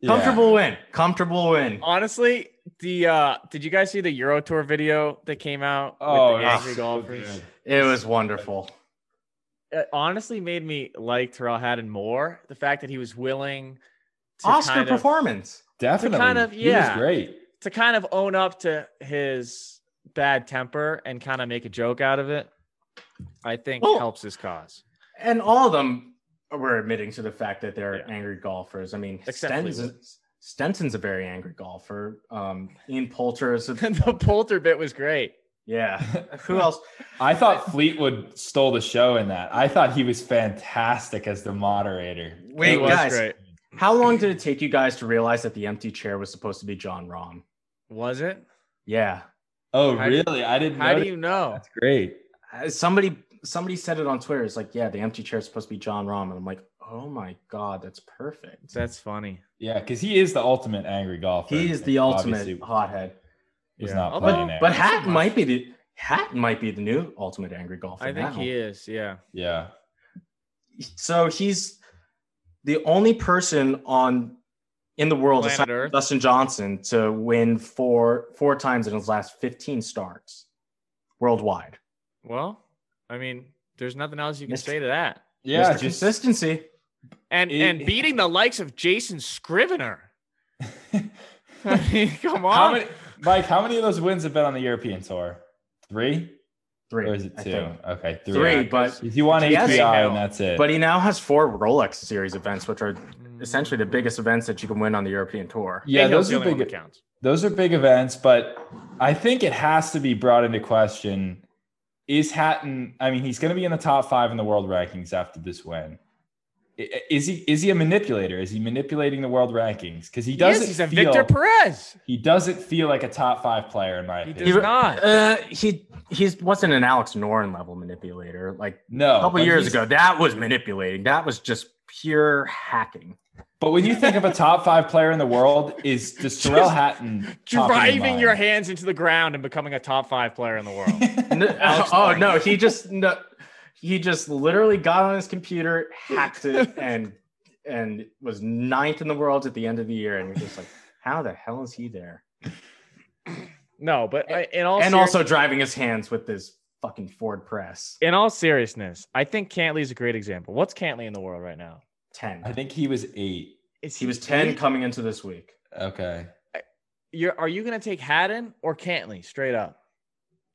[SPEAKER 3] Yeah.
[SPEAKER 2] Comfortable win. Comfortable win.
[SPEAKER 1] Honestly, the uh did you guys see the Euro Tour video that came out
[SPEAKER 3] Oh,
[SPEAKER 1] with the
[SPEAKER 3] yeah.
[SPEAKER 1] angry golfers?
[SPEAKER 2] It was wonderful.
[SPEAKER 1] it honestly made me like Terrell Haddon more. The fact that he was willing to
[SPEAKER 2] Oscar
[SPEAKER 1] kind of,
[SPEAKER 2] performance.
[SPEAKER 3] Definitely.
[SPEAKER 1] kind of- yeah.
[SPEAKER 3] He was great.
[SPEAKER 1] to kind of own up to his bad temper and kind of make a joke out of it, I think
[SPEAKER 3] Oh.
[SPEAKER 2] Well-
[SPEAKER 1] helps his cause.
[SPEAKER 2] And all of them were admitting to the fact that they're
[SPEAKER 1] Yeah.
[SPEAKER 2] angry golfers. I mean,
[SPEAKER 1] Except Fleetwood.
[SPEAKER 2] Stenson's, Stenson's a very angry golfer. Um, Ian Poulter is a,
[SPEAKER 1] the Poulter bit was great.
[SPEAKER 2] yeah. Who else?
[SPEAKER 3] I thought Fleetwood stole the show in that. I thought he was fantastic as the moderator.
[SPEAKER 2] Wait,
[SPEAKER 1] it was
[SPEAKER 2] guys.
[SPEAKER 1] great.
[SPEAKER 2] How long did it take you guys to realize that the empty chair was supposed to be John Rahm?
[SPEAKER 1] Was it?
[SPEAKER 2] Yeah.
[SPEAKER 3] Oh,
[SPEAKER 1] How do-
[SPEAKER 3] really? I didn't
[SPEAKER 1] How
[SPEAKER 3] know.
[SPEAKER 1] do you know?
[SPEAKER 3] That's great.
[SPEAKER 2] Uh, Somebody somebody said it on Twitter. It's like, yeah, the empty chair is supposed to be John Rahm. And I'm like, oh my God, that's perfect.
[SPEAKER 1] That's funny.
[SPEAKER 3] Yeah, because he is the ultimate angry golfer.
[SPEAKER 2] he is the
[SPEAKER 3] Like,
[SPEAKER 2] ultimate
[SPEAKER 3] obviously
[SPEAKER 2] hothead.
[SPEAKER 3] Was
[SPEAKER 1] Yeah.
[SPEAKER 3] not
[SPEAKER 1] Although-
[SPEAKER 3] playing there.
[SPEAKER 2] But
[SPEAKER 1] so
[SPEAKER 2] Hatton
[SPEAKER 1] much.
[SPEAKER 2] might be the Hatton might be the new ultimate angry golfer.
[SPEAKER 1] I think
[SPEAKER 2] now.
[SPEAKER 1] he is. Yeah.
[SPEAKER 3] yeah.
[SPEAKER 2] so he's the only person on in the world
[SPEAKER 1] Planet
[SPEAKER 2] aside
[SPEAKER 1] Earth.
[SPEAKER 2] from Dustin Johnson to win four four times in his last 15 starts worldwide.
[SPEAKER 1] Well, I mean, there's nothing else you can
[SPEAKER 2] Mr.
[SPEAKER 1] say to that.
[SPEAKER 3] Yeah,
[SPEAKER 2] Mr.
[SPEAKER 3] just
[SPEAKER 2] consistency.
[SPEAKER 1] And
[SPEAKER 3] It-
[SPEAKER 1] and beating the likes of Jason Scrivener. I mean, come on.
[SPEAKER 3] how many Mike, how many of those wins have been on the European tour? Three?
[SPEAKER 2] Three.
[SPEAKER 3] Or is it
[SPEAKER 2] I
[SPEAKER 3] two?
[SPEAKER 2] think.
[SPEAKER 3] Okay, three.
[SPEAKER 2] Three, but
[SPEAKER 3] If you want
[SPEAKER 2] Yes.
[SPEAKER 3] API,
[SPEAKER 1] Hell.
[SPEAKER 3] and that's it.
[SPEAKER 2] but he now has four Rolex series events, which are essentially the biggest events that you can win on the European tour.
[SPEAKER 3] yeah,
[SPEAKER 1] Fangio's
[SPEAKER 3] those
[SPEAKER 1] Mm. the
[SPEAKER 3] are
[SPEAKER 1] only one
[SPEAKER 3] big.
[SPEAKER 1] that counts.
[SPEAKER 3] Those are big events, but I think it has to be brought into question. Is Hatton? I mean, he's going to be in the top five in the world rankings after this win. I- Is he? Is he a manipulator? Is he manipulating the world rankings? Because he
[SPEAKER 1] He is.
[SPEAKER 3] doesn't
[SPEAKER 1] He's a
[SPEAKER 3] feel
[SPEAKER 1] Victor Perez.
[SPEAKER 3] he doesn't feel like a top five player in my
[SPEAKER 1] He does
[SPEAKER 3] opinion.
[SPEAKER 1] not.
[SPEAKER 2] Uh, he he's wasn't an Alex Noren level manipulator. Like
[SPEAKER 3] No,
[SPEAKER 2] a couple
[SPEAKER 3] Oh, but
[SPEAKER 2] years
[SPEAKER 3] he's-
[SPEAKER 2] ago, that was manipulating. That was just pure hacking.
[SPEAKER 3] But when you think of a top five player in the world, is does Terrell
[SPEAKER 1] Just
[SPEAKER 3] Hatton top of
[SPEAKER 1] Driving your
[SPEAKER 3] mind?
[SPEAKER 1] hands into the ground and becoming a top five player in the world.
[SPEAKER 2] No,
[SPEAKER 3] Alex
[SPEAKER 2] oh
[SPEAKER 3] Noren.
[SPEAKER 2] no, he just no, he just literally got on his computer, hacked it, and and was ninth in the world at the end of the year. And you're just like, how the hell is he there?
[SPEAKER 1] no, but I, in all
[SPEAKER 2] and
[SPEAKER 1] ser-
[SPEAKER 2] also driving his hands with this fucking Ford press.
[SPEAKER 1] in all seriousness, I think Cantley's a great example. What's Cantley in the world right now?
[SPEAKER 3] I
[SPEAKER 2] Ten.
[SPEAKER 3] think he was eight.
[SPEAKER 1] Is
[SPEAKER 2] He was ten
[SPEAKER 1] eight?
[SPEAKER 2] coming into this week.
[SPEAKER 3] Okay,
[SPEAKER 1] You're, are you going to take Haddon or Cantley straight up?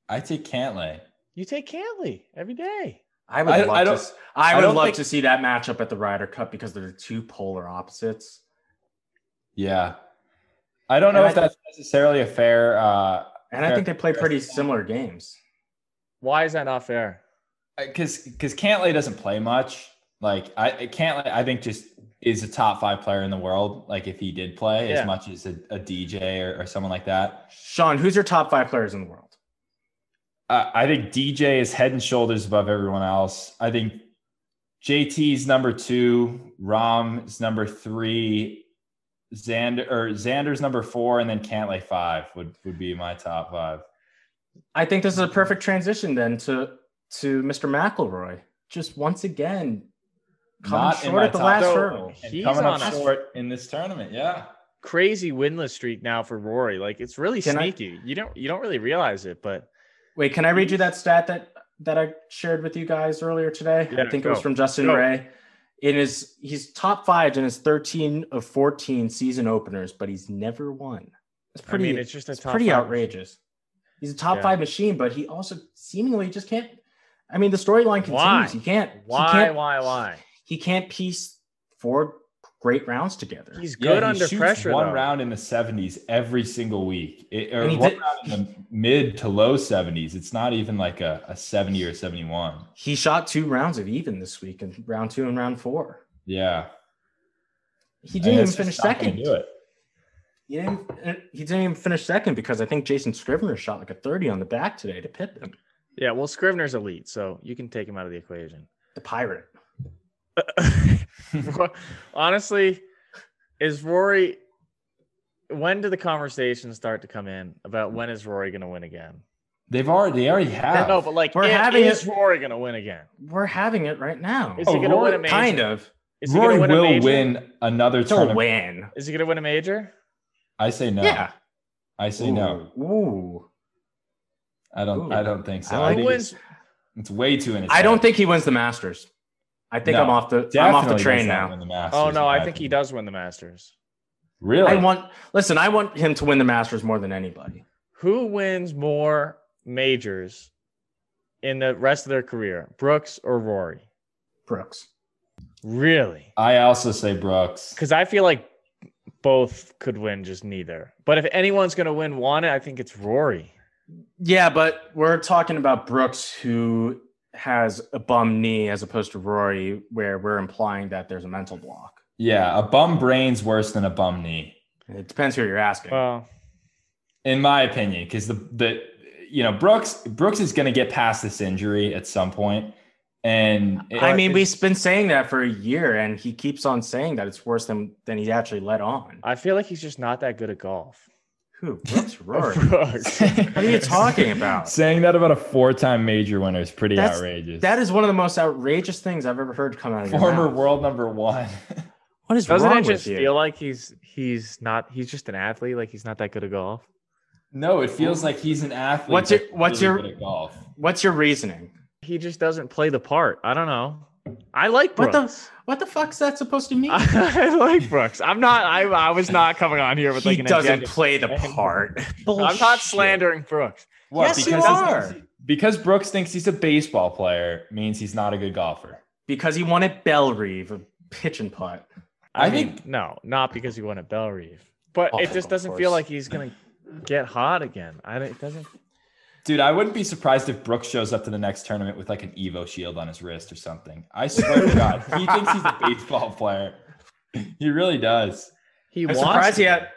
[SPEAKER 3] I take Cantley.
[SPEAKER 1] You take Cantley every day.
[SPEAKER 2] I would
[SPEAKER 3] I-
[SPEAKER 2] love
[SPEAKER 3] I
[SPEAKER 2] to.
[SPEAKER 3] don't-
[SPEAKER 2] s- I
[SPEAKER 3] I
[SPEAKER 2] would
[SPEAKER 3] don't
[SPEAKER 2] love
[SPEAKER 3] think-
[SPEAKER 2] to see that matchup at the Ryder Cup because they're two polar opposites.
[SPEAKER 3] Yeah. I don't know
[SPEAKER 2] And
[SPEAKER 3] if
[SPEAKER 2] I-
[SPEAKER 3] that's necessarily a fair uh
[SPEAKER 2] And I
[SPEAKER 3] Yeah.
[SPEAKER 2] think they play pretty similar games.
[SPEAKER 1] Why is that not fair?
[SPEAKER 3] cuz cuz Cantlay doesn't play much. Like I I- Cantlay I think just is a top 5 player in the world like if he did play
[SPEAKER 1] Yeah.
[SPEAKER 3] as much as a, a DJ or, or someone like that.
[SPEAKER 2] Sean, who's your top five players in the world?
[SPEAKER 3] Uh, I think DJ is head and shoulders above everyone else. I think JT's number 2, Rom is number 3, Xander or Xander's number 4 and then Cantlay 5 would would be my top 5.
[SPEAKER 2] I think this is a perfect transition then to to Mr. McElroy. Just once again, coming
[SPEAKER 3] Not in
[SPEAKER 2] short
[SPEAKER 3] my
[SPEAKER 2] at the
[SPEAKER 3] top
[SPEAKER 2] last
[SPEAKER 1] So-
[SPEAKER 2] hurdle.
[SPEAKER 3] And
[SPEAKER 1] He's
[SPEAKER 3] coming
[SPEAKER 1] on
[SPEAKER 3] up
[SPEAKER 1] a-
[SPEAKER 3] short in this tournament. Yeah.
[SPEAKER 1] Crazy winless streak now for Rory. Like it's really
[SPEAKER 2] Can I-
[SPEAKER 1] sneaky. you don't you don't really realize it, but
[SPEAKER 2] Wait, can I read you that stat that that I shared with you guys earlier today?
[SPEAKER 1] Yeah,
[SPEAKER 2] I think it was
[SPEAKER 1] go.
[SPEAKER 2] from Justin
[SPEAKER 1] Go.
[SPEAKER 2] Ray. In his he's top five in his 13 of 14 season openers, but he's never won. It's pretty
[SPEAKER 1] I mean it's just a
[SPEAKER 2] it's
[SPEAKER 1] top
[SPEAKER 2] pretty
[SPEAKER 1] five.
[SPEAKER 2] outrageous. He's a top
[SPEAKER 1] Yeah.
[SPEAKER 2] five machine, but he also seemingly just can't. I mean, the storyline continues.
[SPEAKER 1] Why?
[SPEAKER 2] He can't. He
[SPEAKER 1] Why,
[SPEAKER 2] can't,
[SPEAKER 1] why, why?
[SPEAKER 2] He can't piece four great rounds together.
[SPEAKER 1] He's
[SPEAKER 3] Yeah,
[SPEAKER 1] good
[SPEAKER 3] he
[SPEAKER 1] under
[SPEAKER 3] shoots
[SPEAKER 1] pressure
[SPEAKER 3] One
[SPEAKER 1] though.
[SPEAKER 3] round in the 70s every single week, It- or
[SPEAKER 2] And he
[SPEAKER 3] one
[SPEAKER 2] did-
[SPEAKER 3] round in the mid to low 70s. It's not even like a, a 70 or 71.
[SPEAKER 2] he shot two rounds of even this week in round two and round four.
[SPEAKER 3] Yeah.
[SPEAKER 2] He
[SPEAKER 3] And
[SPEAKER 2] didn't even
[SPEAKER 3] it's
[SPEAKER 2] finish
[SPEAKER 3] just not gonna
[SPEAKER 2] second.
[SPEAKER 3] do it.
[SPEAKER 2] He didn't, he didn't even finish second because I think Jason Scrivener shot like a 30 on the back today to pit him.
[SPEAKER 1] Yeah, well Scrivener's elite, so you can take him out of the equation.
[SPEAKER 2] The pirate.
[SPEAKER 1] Ro- Honestly, is Rory when do the conversations start to come in about when is Rory going to win again?
[SPEAKER 3] They've already, they already
[SPEAKER 1] I
[SPEAKER 3] have.
[SPEAKER 1] know, but like,
[SPEAKER 2] We're
[SPEAKER 1] we're
[SPEAKER 2] having
[SPEAKER 1] having is
[SPEAKER 2] it-
[SPEAKER 1] Rory going to win again?
[SPEAKER 2] We're having it right now.
[SPEAKER 1] Is he
[SPEAKER 3] Oh,
[SPEAKER 1] going to win
[SPEAKER 3] Rory-
[SPEAKER 1] a major?
[SPEAKER 2] kind of.
[SPEAKER 1] Is he
[SPEAKER 3] Rory
[SPEAKER 1] gonna win a
[SPEAKER 3] will
[SPEAKER 1] major?
[SPEAKER 3] win another
[SPEAKER 2] It's a
[SPEAKER 3] tournament.
[SPEAKER 2] win.
[SPEAKER 1] Is he going to win a major?
[SPEAKER 3] I say no.
[SPEAKER 2] Yeah.
[SPEAKER 3] I say no.
[SPEAKER 2] Ooh. Ooh.
[SPEAKER 3] I don't.
[SPEAKER 2] Ooh.
[SPEAKER 3] I don't think
[SPEAKER 2] I
[SPEAKER 3] so. I
[SPEAKER 2] like
[SPEAKER 1] Who
[SPEAKER 3] think it's,
[SPEAKER 1] wins?
[SPEAKER 3] it's way too innocent.
[SPEAKER 2] I don't think he wins the Masters. I think
[SPEAKER 3] No,
[SPEAKER 2] I'm off the I'm off the
[SPEAKER 3] Definitely
[SPEAKER 2] train
[SPEAKER 3] does not
[SPEAKER 2] now.
[SPEAKER 3] win the Masters,
[SPEAKER 1] Oh no,
[SPEAKER 3] in
[SPEAKER 1] I
[SPEAKER 3] my
[SPEAKER 1] think he
[SPEAKER 3] opinion.
[SPEAKER 1] does win the Masters.
[SPEAKER 3] Really?
[SPEAKER 2] I want listen, I want him to win the Masters more than anybody.
[SPEAKER 1] Who wins more majors in the rest of their career, Brooks or Rory?
[SPEAKER 2] Brooks.
[SPEAKER 1] Really?
[SPEAKER 3] I also say Brooks.
[SPEAKER 1] Because I feel like both could win, just neither. But if anyone's going to win one, I think it's Rory.
[SPEAKER 2] Yeah, but we're talking about Brooks who has a bum knee as opposed to Rory, where we're implying that there's a mental block.
[SPEAKER 3] Yeah, a bum brain's worse than a bum knee,
[SPEAKER 2] It depends who you're asking.
[SPEAKER 1] Well,
[SPEAKER 3] in my opinion. Because the the you know Brooks Brooks is going to get past this injury at some point, and it-
[SPEAKER 2] I mean, we've been saying that for a year, and he keeps on saying that it's worse than than he actually let on.
[SPEAKER 1] I feel like he's just not that good at golf.
[SPEAKER 2] Who? Brooks Rory.
[SPEAKER 1] Brooks.
[SPEAKER 2] What are you talking about?
[SPEAKER 3] Saying that about a four-time major winner is pretty
[SPEAKER 2] That's-
[SPEAKER 3] outrageous.
[SPEAKER 2] That is one of the most outrageous things I've ever heard come out of your
[SPEAKER 3] former
[SPEAKER 2] mouth.
[SPEAKER 3] world number one.
[SPEAKER 2] What is
[SPEAKER 1] Doesn't
[SPEAKER 2] wrong
[SPEAKER 1] it just
[SPEAKER 2] with you?
[SPEAKER 1] feel like he's he's not he's just an athlete? Like he's not that good at golf.
[SPEAKER 3] no, it feels like he's an athlete.
[SPEAKER 2] What's your-
[SPEAKER 3] that's
[SPEAKER 2] what's
[SPEAKER 3] really
[SPEAKER 2] your-
[SPEAKER 3] good at golf?
[SPEAKER 2] What's your reasoning?
[SPEAKER 1] He just doesn't play the part. I don't know. I like
[SPEAKER 2] What
[SPEAKER 1] Brooks.
[SPEAKER 2] the what the fuck's that supposed to mean?
[SPEAKER 1] I, like Brooks. I'm not. I, I was not coming on here with like
[SPEAKER 2] he
[SPEAKER 1] an
[SPEAKER 2] doesn't
[SPEAKER 1] agenda.
[SPEAKER 2] play the part.
[SPEAKER 1] I'm not slandering Brooks.
[SPEAKER 3] What,
[SPEAKER 2] Yes, you
[SPEAKER 3] because-
[SPEAKER 2] are.
[SPEAKER 3] Because Brooks thinks he's a baseball player means he's not a good golfer.
[SPEAKER 2] because he wanted Bell Reeve a pitch and putt.
[SPEAKER 1] I,
[SPEAKER 3] I
[SPEAKER 1] mean,
[SPEAKER 3] think-
[SPEAKER 1] no, not because he won at Bell Reef, but
[SPEAKER 2] Oh,
[SPEAKER 1] it just
[SPEAKER 2] of
[SPEAKER 1] doesn't feel
[SPEAKER 2] course.
[SPEAKER 1] like he's gonna get hot again. I don't- it doesn't.
[SPEAKER 3] Dude, I wouldn't be surprised if Brooks shows up to the next tournament with like an Evo shield on his wrist or something. I swear to God, he thinks he's a baseball player. He really does.
[SPEAKER 1] He
[SPEAKER 2] I'm
[SPEAKER 1] wants.
[SPEAKER 2] surprised he
[SPEAKER 1] to.
[SPEAKER 2] had.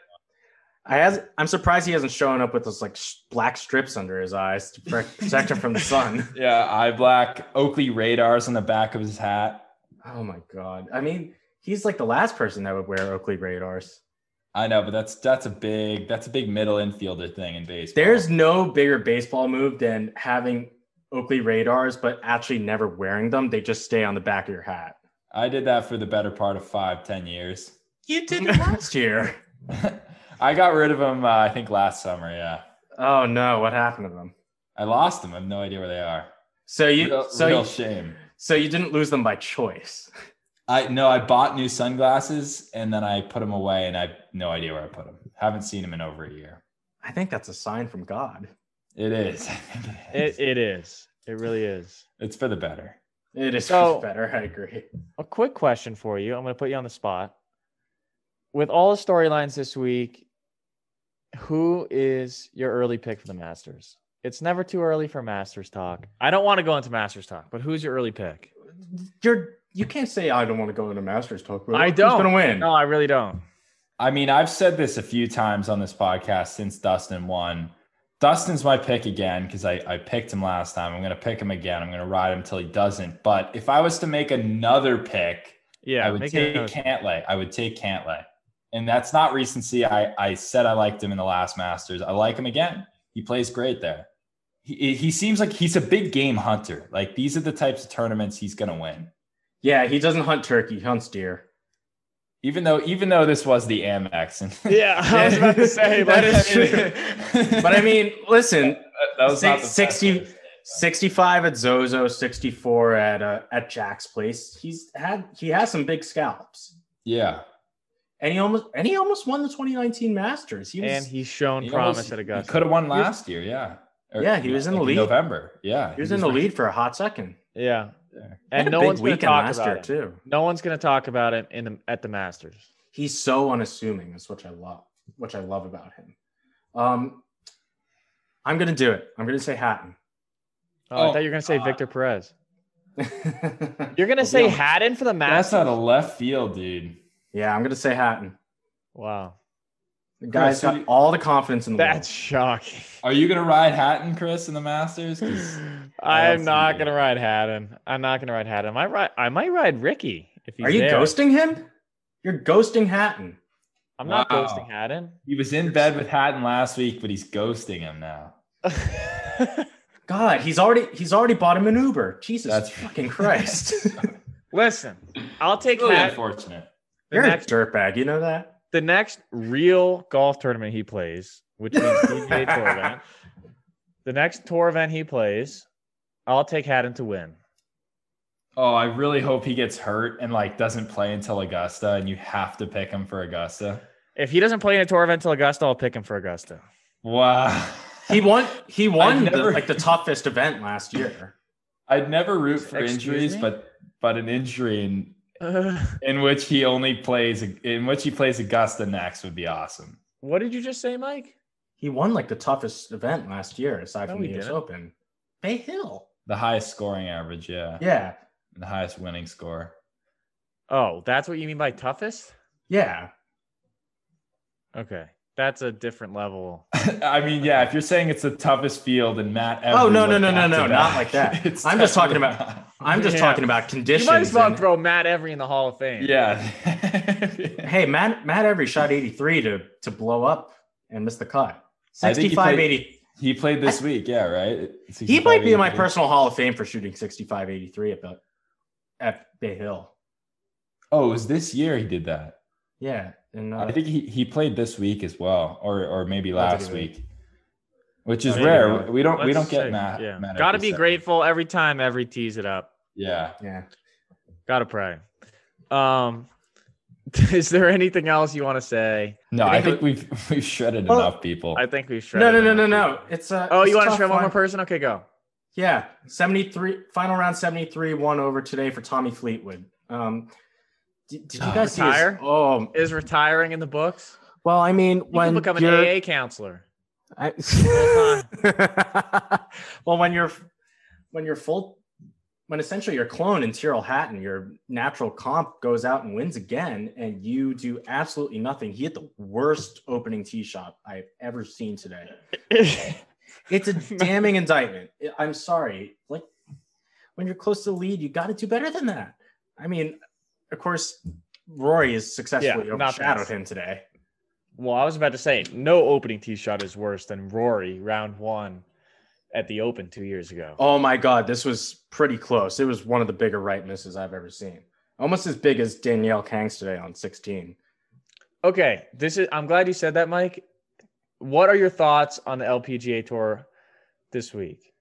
[SPEAKER 2] I has, I'm surprised he hasn't shown up with those like sh- black strips under his eyes to pre- protect him from the sun.
[SPEAKER 3] Yeah, eye black, Oakley radars on the back of his hat.
[SPEAKER 2] Oh my god! I mean, he's like the last person that would wear Oakley radars.
[SPEAKER 3] I know, but that's that's a big that's a big middle infielder thing in baseball.
[SPEAKER 2] There's no bigger baseball move than having Oakley radars, but actually never wearing them. They just stay on the back of your hat.
[SPEAKER 3] I did that for the better part of five, ten years.
[SPEAKER 2] You did it last year.
[SPEAKER 3] I got rid of them. Uh, I think last summer. Yeah,
[SPEAKER 2] Oh no! What happened to them?
[SPEAKER 3] I lost them. I have no idea where they are.
[SPEAKER 2] So you,
[SPEAKER 3] Real,
[SPEAKER 2] so
[SPEAKER 3] real
[SPEAKER 2] you,
[SPEAKER 3] shame.
[SPEAKER 2] so you didn't lose them by choice.
[SPEAKER 3] I no, I bought new sunglasses and then I put them away, and I have no idea where I put them. Haven't seen them in over a year.
[SPEAKER 2] I think that's a sign from God.
[SPEAKER 3] It is. I think it is.
[SPEAKER 1] It, it is. It really is.
[SPEAKER 3] it's for the better.
[SPEAKER 2] It is
[SPEAKER 1] So-
[SPEAKER 2] better. I agree.
[SPEAKER 1] A quick question for you. I'm going to put you on the spot. With all the storylines this week, who is your early pick for the Masters? It's never too early for Masters talk. I don't want to go into Masters talk, but who's your early pick?
[SPEAKER 2] You're you can't say I don't want to go into Masters talk.
[SPEAKER 1] I
[SPEAKER 2] Who's
[SPEAKER 1] don't.
[SPEAKER 2] gonna win?
[SPEAKER 1] No, I really don't.
[SPEAKER 3] I mean, I've said this a few times on this podcast since Dustin won. Dustin's my pick again because I, I picked him last time. I'm going to pick him again. I'm going to ride him till he doesn't. But if I was to make another pick,
[SPEAKER 1] Yeah,
[SPEAKER 3] I would
[SPEAKER 1] make
[SPEAKER 3] take
[SPEAKER 1] it another-
[SPEAKER 3] Cantlay. I would take Cantlay. And that's not recency. I, I said I liked him in the last Masters. I like him again. He plays great there. he, he seems like he's a big game hunter. Like these are the types of tournaments he's going to win.
[SPEAKER 2] Yeah, he doesn't hunt turkey, he hunts deer.
[SPEAKER 3] Even though, even though this was the Amex, and
[SPEAKER 1] Yeah, I was about to say
[SPEAKER 2] That
[SPEAKER 1] like,
[SPEAKER 2] is true. But I mean, listen,
[SPEAKER 3] that was not the best
[SPEAKER 2] 60
[SPEAKER 3] one.
[SPEAKER 2] 65 at Zozo, 64 at uh, at Jack's place. He's had he has some big scalps.
[SPEAKER 3] Yeah,
[SPEAKER 2] And he almost and he almost won the 2019 Masters. He was
[SPEAKER 1] and he's shown
[SPEAKER 3] He
[SPEAKER 1] promise
[SPEAKER 3] almost-
[SPEAKER 1] at
[SPEAKER 3] He
[SPEAKER 1] Augusta.
[SPEAKER 3] could have won
[SPEAKER 2] was-
[SPEAKER 3] last year. Yeah.
[SPEAKER 2] Yeah, he was in the
[SPEAKER 3] like
[SPEAKER 2] lead.
[SPEAKER 3] November. Yeah,
[SPEAKER 2] he was in the lead for a hot second.
[SPEAKER 1] yeah,
[SPEAKER 3] there.
[SPEAKER 1] and
[SPEAKER 2] Had a
[SPEAKER 1] no
[SPEAKER 2] big
[SPEAKER 1] one's going to
[SPEAKER 2] weekend
[SPEAKER 1] talk
[SPEAKER 2] last
[SPEAKER 1] about
[SPEAKER 2] year,
[SPEAKER 1] it.
[SPEAKER 2] too.
[SPEAKER 1] No one's going to talk about it in the at the Masters.
[SPEAKER 2] He's so unassuming. That's what I love. Which I love about him. Um, I'm gonna do it. I'm gonna say Hatton.
[SPEAKER 1] Oh, I
[SPEAKER 3] Oh,
[SPEAKER 1] thought you were going to say
[SPEAKER 3] God.
[SPEAKER 1] Victor Perez.
[SPEAKER 2] yeah,
[SPEAKER 1] You're going to
[SPEAKER 2] Well,
[SPEAKER 1] say
[SPEAKER 2] yeah.
[SPEAKER 1] Haddon for the
[SPEAKER 3] That's
[SPEAKER 1] Masters?
[SPEAKER 3] out of left field, dude.
[SPEAKER 2] I'm gonna say Hatton.
[SPEAKER 1] wow,
[SPEAKER 2] The guy's
[SPEAKER 3] Chris, who
[SPEAKER 2] got
[SPEAKER 3] do-
[SPEAKER 2] all the confidence in the
[SPEAKER 1] that's
[SPEAKER 2] world.
[SPEAKER 1] shocking.
[SPEAKER 3] Are you gonna ride Hatton, Chris, in the Masters? 'Cause
[SPEAKER 1] I'm
[SPEAKER 3] That's
[SPEAKER 1] not
[SPEAKER 3] amazing.
[SPEAKER 1] going to ride Haddon. I'm not going to ride Haddon. I might ride. I might ride Ricky if he's
[SPEAKER 2] Are you
[SPEAKER 1] there.
[SPEAKER 2] ghosting him? You're ghosting Hatton.
[SPEAKER 1] I'm not
[SPEAKER 3] Wow.
[SPEAKER 1] ghosting Haddon.
[SPEAKER 3] He was in bed with Hatton last week, but he's ghosting him now.
[SPEAKER 2] God, he's already he's already bought him an Uber. Jesus
[SPEAKER 3] That's-
[SPEAKER 2] fucking Christ.
[SPEAKER 1] Listen, I'll take
[SPEAKER 3] Really
[SPEAKER 1] Haddon.
[SPEAKER 3] unfortunate.
[SPEAKER 1] The
[SPEAKER 2] You're a
[SPEAKER 1] next,
[SPEAKER 2] dirtbag, you know that?
[SPEAKER 1] the next real golf tournament he plays, which means PGA Tour event, the next tour event he plays, I'll take Haddon to win.
[SPEAKER 3] Oh, I really hope he gets hurt and like doesn't play until Augusta, and you have to pick him for Augusta.
[SPEAKER 1] If he doesn't play in a tour event until Augusta, I'll pick him for Augusta.
[SPEAKER 3] Wow.
[SPEAKER 2] He won he won the-
[SPEAKER 3] never-
[SPEAKER 2] like the toughest event last year.
[SPEAKER 3] I'd never root for
[SPEAKER 1] Excuse
[SPEAKER 3] injuries,
[SPEAKER 1] me?
[SPEAKER 3] but but an injury in
[SPEAKER 1] Uh,
[SPEAKER 3] in which he only plays in which he plays Augusta next would be awesome.
[SPEAKER 1] what did you just say, Mike?
[SPEAKER 2] He won like the toughest event last year, aside
[SPEAKER 1] No,
[SPEAKER 2] from the
[SPEAKER 1] he
[SPEAKER 2] US
[SPEAKER 1] didn't.
[SPEAKER 2] Open. Bay Hill.
[SPEAKER 3] The highest scoring average, yeah.
[SPEAKER 2] Yeah.
[SPEAKER 3] And The highest winning score.
[SPEAKER 1] Oh, that's what you mean by toughest?
[SPEAKER 2] Yeah.
[SPEAKER 1] Okay. That's a different level.
[SPEAKER 3] I mean, yeah, if you're saying it's the toughest field and Matt
[SPEAKER 2] Oh,
[SPEAKER 3] Everett
[SPEAKER 2] no, no,
[SPEAKER 3] went
[SPEAKER 2] no, no, no,
[SPEAKER 3] back-to-back,
[SPEAKER 2] not like that.
[SPEAKER 3] it's
[SPEAKER 2] I'm just talking
[SPEAKER 3] definitely
[SPEAKER 2] I'm just
[SPEAKER 1] Yeah.
[SPEAKER 2] talking about
[SPEAKER 1] You
[SPEAKER 2] conditions.
[SPEAKER 1] might as well
[SPEAKER 2] and-
[SPEAKER 1] throw Matt Every in the Hall of Fame.
[SPEAKER 3] not. Yeah.
[SPEAKER 2] hey, Matt Matt Every shot 83 to to blow up and miss the cut.
[SPEAKER 3] I think he
[SPEAKER 2] 65
[SPEAKER 3] played-
[SPEAKER 2] 80.
[SPEAKER 3] he played this week, yeah, right?
[SPEAKER 2] He might be in my
[SPEAKER 3] 65-83.
[SPEAKER 2] personal Hall of Fame for shooting 65 83 at, the, at Bay Hill.
[SPEAKER 3] Oh, it was this year he did that.
[SPEAKER 2] Yeah. And uh,
[SPEAKER 3] I think he, he played this week as well, or or maybe
[SPEAKER 2] That's
[SPEAKER 3] last
[SPEAKER 2] good.
[SPEAKER 3] week, which is
[SPEAKER 1] That's
[SPEAKER 3] rare.
[SPEAKER 2] good.
[SPEAKER 3] We don't we
[SPEAKER 1] Let's
[SPEAKER 3] don't get
[SPEAKER 1] say-
[SPEAKER 3] Matt.
[SPEAKER 1] Yeah.
[SPEAKER 3] Matt
[SPEAKER 1] Gotta
[SPEAKER 3] every
[SPEAKER 1] be
[SPEAKER 3] set.
[SPEAKER 1] grateful every time every tees it up.
[SPEAKER 3] Yeah.
[SPEAKER 2] yeah.
[SPEAKER 1] Gotta pray. Um, is there anything else you want to say?
[SPEAKER 3] No,
[SPEAKER 2] I
[SPEAKER 3] I
[SPEAKER 2] think
[SPEAKER 3] think we've we've shredded
[SPEAKER 2] Well,
[SPEAKER 3] enough people.
[SPEAKER 1] I think we should.
[SPEAKER 2] No, no, no, no, no. It's uh,
[SPEAKER 1] Oh,
[SPEAKER 2] it's
[SPEAKER 1] you
[SPEAKER 2] a
[SPEAKER 1] want to
[SPEAKER 2] tough
[SPEAKER 1] try one
[SPEAKER 2] one.
[SPEAKER 1] more person? Okay, go.
[SPEAKER 2] Yeah, seventy-three final round, seventy-three one over today for Tommy Fleetwood. Um, did, did you
[SPEAKER 3] Oh,
[SPEAKER 2] guys see his-
[SPEAKER 1] retire?
[SPEAKER 2] oh,
[SPEAKER 1] Is retiring in the books?
[SPEAKER 2] well, I mean,
[SPEAKER 1] You
[SPEAKER 2] when
[SPEAKER 1] can become an
[SPEAKER 2] you're-
[SPEAKER 1] AA counselor.
[SPEAKER 2] I, well, when you're when you're full, when essentially your clone in Tyrrell Hatton, your natural comp goes out and wins again, and you do absolutely nothing. He hit the worst opening tee shot I've ever seen today. It's a damning indictment. I- I'm sorry. Like when you're close to the lead, you got to do better than that. I mean, of course, Rory has successfully
[SPEAKER 1] Yeah, not
[SPEAKER 2] overshadowed
[SPEAKER 1] nice.
[SPEAKER 2] him today.
[SPEAKER 1] well, I was about to say, no opening tee shot is worse than Rory round one at the Open two years ago.
[SPEAKER 2] Oh my God, this was pretty close. It was one of the bigger right misses I've ever seen. Almost as big as Danielle Kang's today on 16.
[SPEAKER 1] Okay, this is. I'm glad you said that, Mike. What are your thoughts on the LPGA Tour this week?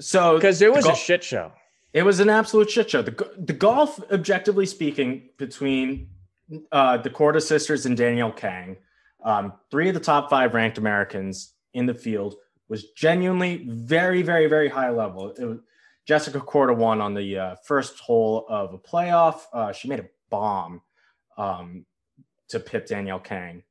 [SPEAKER 2] So
[SPEAKER 1] Because it
[SPEAKER 2] the
[SPEAKER 1] was
[SPEAKER 2] gol-
[SPEAKER 1] a shit show.
[SPEAKER 2] It was an absolute shit show. The, go- the golf, objectively speaking, between uh, the Corda sisters and Danielle Kang, um, three of the top five ranked Americans in the field, was genuinely very, very, very high level. It was, Jessica Corda won on the uh, first hole of a playoff. Uh, she made a bomb um, to pip Danielle Kang.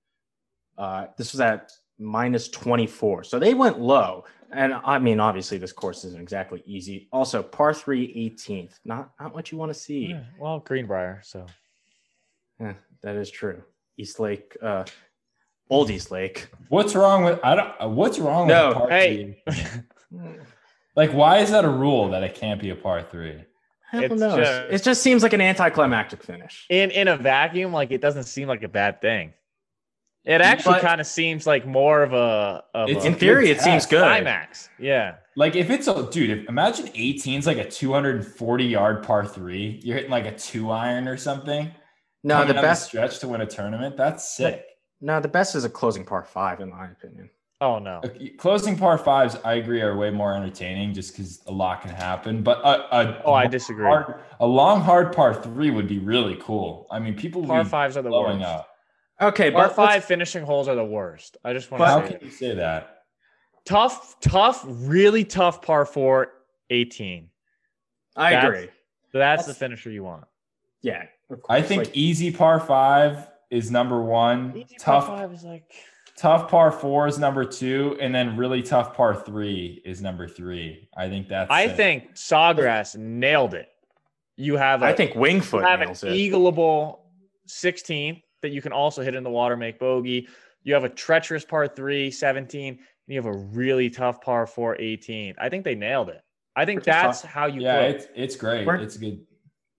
[SPEAKER 2] Uh, this was at minus 24. So they went low. And I mean, obviously, this course isn't exactly easy. Also, par three, 18th. Not not what you want to see.
[SPEAKER 1] Yeah, well, Greenbrier. So
[SPEAKER 2] Eh, that is true. East Lake, uh, Old East Lake.
[SPEAKER 3] What's wrong with I don't what's wrong
[SPEAKER 2] No,
[SPEAKER 3] with a par
[SPEAKER 1] hey.
[SPEAKER 3] three? Like why is that a rule that it can't be a par three?
[SPEAKER 2] I don't
[SPEAKER 1] It's
[SPEAKER 2] know.
[SPEAKER 1] just-
[SPEAKER 2] it just seems like an anticlimactic finish.
[SPEAKER 1] in in a vacuum, like it doesn't seem like a bad thing. It actually
[SPEAKER 3] But-
[SPEAKER 1] kind of seems like more of a of
[SPEAKER 3] It's
[SPEAKER 1] a
[SPEAKER 2] In theory, it seems good.
[SPEAKER 1] climax. Yeah,
[SPEAKER 3] Like if it's a dude, if, imagine 18's like a 240 yard par three. You're hitting like a two iron or something.
[SPEAKER 2] No,
[SPEAKER 3] Coming
[SPEAKER 2] the
[SPEAKER 3] down
[SPEAKER 2] best.
[SPEAKER 3] stretch to win a tournament. That's sick.
[SPEAKER 2] No, the best is a closing par five, in my opinion.
[SPEAKER 1] Oh no.
[SPEAKER 3] Okay, Closing par fives, I agree, are way more entertaining just because a lot can happen. But a, a,
[SPEAKER 1] Oh, I disagree.
[SPEAKER 3] hard, a long hard par three would be really cool. I mean, people
[SPEAKER 1] Par
[SPEAKER 3] would be
[SPEAKER 1] fives are the
[SPEAKER 3] blowing
[SPEAKER 1] worst.
[SPEAKER 3] up.
[SPEAKER 2] Okay,
[SPEAKER 1] Par
[SPEAKER 2] but let's-
[SPEAKER 1] five finishing holes are the worst. I just
[SPEAKER 3] How
[SPEAKER 1] want to say
[SPEAKER 3] can
[SPEAKER 1] that.
[SPEAKER 3] you say that?
[SPEAKER 1] tough, tough, really tough par four 18.
[SPEAKER 2] I
[SPEAKER 1] that's-
[SPEAKER 2] agree.
[SPEAKER 1] So that's, the
[SPEAKER 2] That's-
[SPEAKER 1] finisher you want.
[SPEAKER 2] Yeah, of
[SPEAKER 3] I
[SPEAKER 2] course,
[SPEAKER 3] think
[SPEAKER 2] like-
[SPEAKER 3] easy par five is number one.
[SPEAKER 1] Easy
[SPEAKER 3] tough,
[SPEAKER 1] par five is like
[SPEAKER 3] tough par four is number two, and then really tough par three is number three. I think that's.
[SPEAKER 1] I
[SPEAKER 3] it.
[SPEAKER 1] think Sawgrass nailed it. You have a
[SPEAKER 2] I think
[SPEAKER 1] you
[SPEAKER 2] Wingfoot
[SPEAKER 1] have an E
[SPEAKER 2] nails it.
[SPEAKER 1] eagleable 16th that you can also hit in the water, make bogey. You have a treacherous par three 17, and you have a really tough par four 18. I think they nailed it. I think
[SPEAKER 2] We're just
[SPEAKER 1] that's how you
[SPEAKER 3] Yeah,
[SPEAKER 1] play.
[SPEAKER 3] it's it's great.
[SPEAKER 2] We're-
[SPEAKER 3] It's good.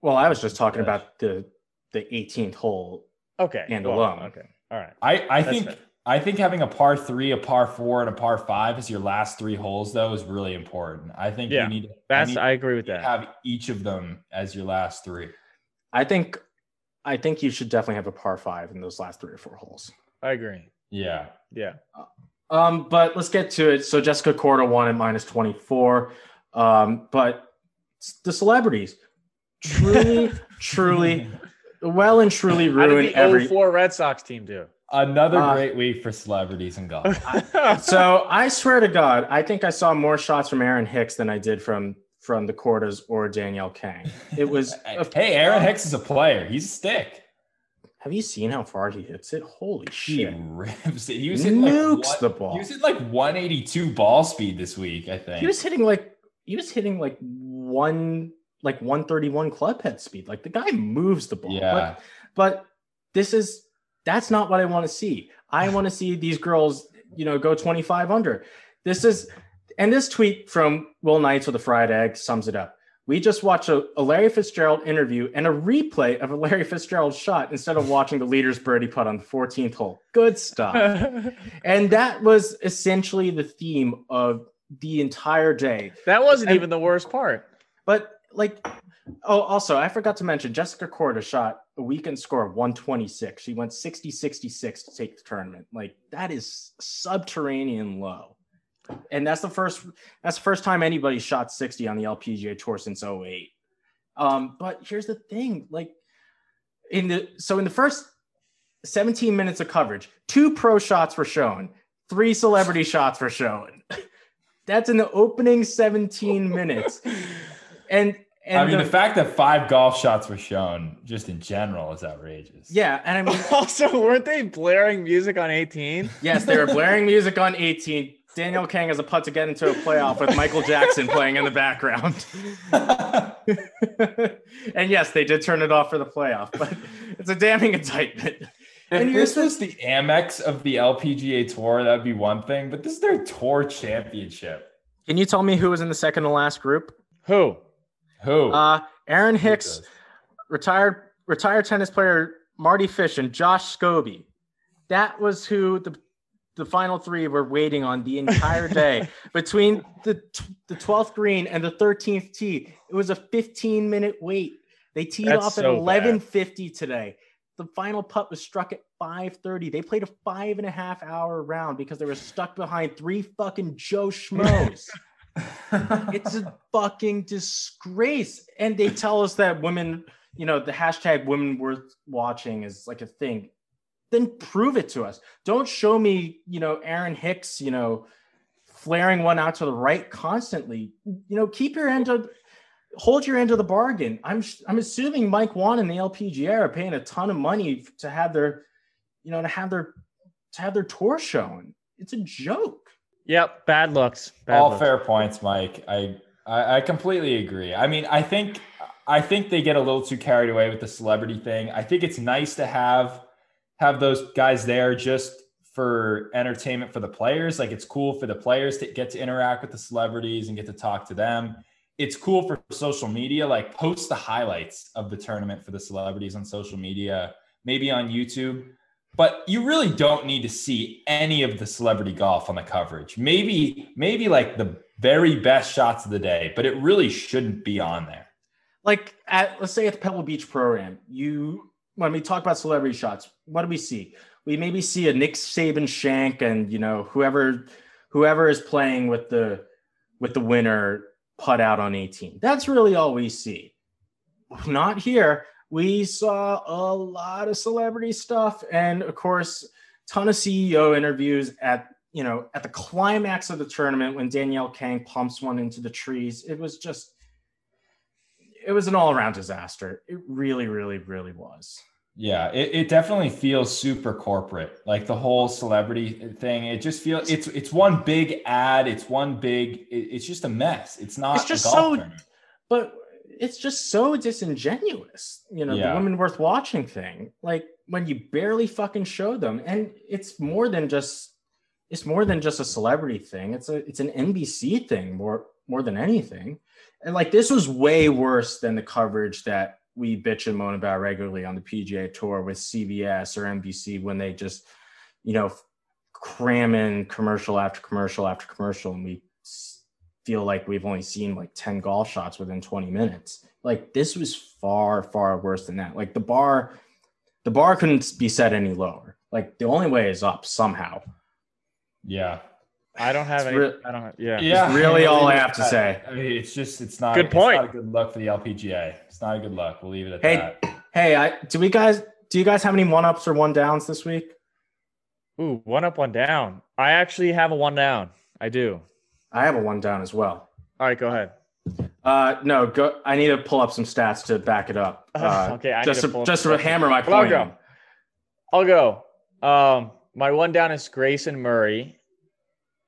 [SPEAKER 2] Well, I was just talking about the the 18th hole.
[SPEAKER 1] okay.
[SPEAKER 2] and
[SPEAKER 1] well,
[SPEAKER 2] alone.
[SPEAKER 1] Okay. All right.
[SPEAKER 3] I I
[SPEAKER 1] That's
[SPEAKER 3] think
[SPEAKER 1] fair.
[SPEAKER 3] I think having a par three, a par four, and a par five as your last three holes though is really important. I think
[SPEAKER 1] Yeah,
[SPEAKER 3] you need you
[SPEAKER 1] That's
[SPEAKER 3] need
[SPEAKER 1] I agree with
[SPEAKER 3] to
[SPEAKER 1] that.
[SPEAKER 3] have each of them as your last three.
[SPEAKER 2] I think I think you should definitely have a par five in those last three or four holes.
[SPEAKER 1] I agree.
[SPEAKER 3] Yeah.
[SPEAKER 1] Yeah.
[SPEAKER 2] Um, but let's get to it. So Jessica Corda won at minus 24. Um, but s- the celebrities truly, truly, well and truly
[SPEAKER 1] How
[SPEAKER 2] ruined
[SPEAKER 1] did the
[SPEAKER 2] every.
[SPEAKER 1] 04 Red Sox team do?
[SPEAKER 3] Another
[SPEAKER 2] Uh,
[SPEAKER 3] great week for celebrities in golf.
[SPEAKER 2] So I swear to God, I think I saw more shots from Aaron Hicks than I did from from the Cordas or Danielle Kang. It was.
[SPEAKER 3] hey, Aaron Hicks is a player. He's a stick.
[SPEAKER 2] Have you seen how far he hits it? Holy
[SPEAKER 3] He
[SPEAKER 2] shit!
[SPEAKER 3] rips it. He was hitting like
[SPEAKER 2] Nukes
[SPEAKER 3] one,
[SPEAKER 2] the ball.
[SPEAKER 3] He was at like 182 ball speed this week. I think.
[SPEAKER 2] He was hitting like he was hitting like one like 131 club head speed. Like the guy moves the ball.
[SPEAKER 3] yeah.
[SPEAKER 2] But, but this is that's not what I want to see. I want to see these girls, you know, go 25 under. This is and this tweet from Will Knights with a fried egg sums it up. We just watched a, a Larry Fitzgerald interview and a replay of a Larry Fitzgerald shot instead of watching the leader's birdie putt on the 14th hole. Good stuff. And that was essentially the theme of the entire day.
[SPEAKER 1] that wasn't
[SPEAKER 2] And-
[SPEAKER 1] even the worst part.
[SPEAKER 2] But like, oh, also, I forgot to mention Jessica Corda shot a weekend score of 126. She went 60 66 to take the tournament. Like, that is subterranean low. And that's the first that's the first time anybody shot 60 on the LPGA tour since 08. Um, but here's the thing, like in the so in the first 17 minutes of coverage, two pro shots were shown, three celebrity shots were shown. That's in the opening 17 minutes. And and
[SPEAKER 3] I mean,
[SPEAKER 2] the-
[SPEAKER 3] the fact that five golf shots were shown just in general is outrageous.
[SPEAKER 2] yeah, and I mean
[SPEAKER 1] Also, weren't they blaring music on 18?
[SPEAKER 2] yes, they were blaring music on 18. Daniel Kang has a putt to get into a playoff with Michael Jackson playing in the background. and yes, they did turn it off for the playoff, but it's a damning indictment. And
[SPEAKER 3] If
[SPEAKER 2] here's
[SPEAKER 3] this was the Amex of the LPGA Tour, that'd be one thing. But this is their tour championship.
[SPEAKER 2] Can you tell me who was in the second to last group?
[SPEAKER 1] Who?
[SPEAKER 3] Who?
[SPEAKER 2] Uh, Aaron Hicks, retired retired tennis player Marty Fish, and Josh Scobie. That was who the the final three were waiting on the entire day between the t- the twelfth green and the thirteenth tee. It was a fifteen minute wait. They teed
[SPEAKER 1] That's
[SPEAKER 2] off at
[SPEAKER 1] so bad.
[SPEAKER 2] eleven fifty today. The final putt was struck at five thirty. They played a five and a half hour round because they were stuck behind three fucking Joe schmoes. It's a fucking disgrace. And they tell us that women, you know, the hashtag women worth watching is like a thing. Then prove it to us. Don't show me, you know, Aaron Hicks, you know, flaring one out to the right constantly. You know, keep your end of hold your end of the bargain. I'm I'm assuming Mike Wan and the LPGA are paying a ton of money to have their, you know, to have their to have their tour shown. It's a joke.
[SPEAKER 1] Yep, bad looks. Bad
[SPEAKER 3] all
[SPEAKER 1] looks.
[SPEAKER 3] fair points, Mike. I, I I completely agree. I mean, I think I think they get a little too carried away with the celebrity thing. I think it's nice to have have those guys there just for entertainment for the players. Like it's cool for the players to get to interact with the celebrities and get to talk to them. It's cool for social media. Like post the highlights of the tournament for the celebrities on social media, maybe on YouTube. but you really don't need to see any of the celebrity golf on the coverage. Maybe, maybe like the very best shots of the day, but it really shouldn't be on there.
[SPEAKER 2] Like at let's say at the Pebble Beach program, you when we talk about celebrity shots, what do we see? We maybe see a Nick Saban shank and you know whoever whoever is playing with the with the winner putt out on 18. That's really all we see. Not here. We saw a lot of celebrity stuff and of course ton of CEO interviews at you know at the climax of the tournament when Danielle Kang pumps one into the trees. It was just it was an all-around disaster. It really, really, really was.
[SPEAKER 3] Yeah, it, it definitely feels super corporate. Like the whole celebrity thing, it just feels it's it's one big ad. It's one big. It, it's just a mess. It's not.
[SPEAKER 2] It's just
[SPEAKER 3] a
[SPEAKER 2] so,
[SPEAKER 3] golf tournament.
[SPEAKER 2] but it's just so disingenuous. You know,
[SPEAKER 3] Yeah.
[SPEAKER 2] the women worth watching thing. Like when you barely fucking show them, and it's more than just it's more than just a celebrity thing. It's a it's an NBC thing more more than anything. And like this was way worse than the coverage that we bitch and moan about regularly on the PGA Tour with CBS or NBC when they just you know cram in commercial after commercial after commercial and we s- feel like we've only seen like 10 golf shots within 20 minutes like this was far far worse than that like the bar the bar couldn't be set any lower like the only way is up somehow
[SPEAKER 3] Yeah,
[SPEAKER 1] I don't have
[SPEAKER 2] It's
[SPEAKER 1] any.
[SPEAKER 2] real-
[SPEAKER 1] I don't. Have, yeah.
[SPEAKER 3] yeah.
[SPEAKER 2] really all I have to say.
[SPEAKER 3] I mean, it's just it's not.
[SPEAKER 1] Good
[SPEAKER 3] it's
[SPEAKER 1] point.
[SPEAKER 3] not a good look for the LPGA. It's not a good look. We'll leave it at
[SPEAKER 2] Hey.
[SPEAKER 3] that.
[SPEAKER 2] hey i do we guys do you guys have any one ups or one downs this week
[SPEAKER 1] Ooh, one up, one down. I actually have a one down. I do.
[SPEAKER 2] i have a one down as well
[SPEAKER 1] All right, go ahead.
[SPEAKER 2] uh no go i need to pull up some stats to back it up uh,
[SPEAKER 1] okay, I
[SPEAKER 2] just
[SPEAKER 1] need
[SPEAKER 2] to,
[SPEAKER 1] to pull-
[SPEAKER 2] just to hammer my
[SPEAKER 1] Well, I'll
[SPEAKER 2] point
[SPEAKER 1] go. I'll go. Um, my one down is Grayson Murray,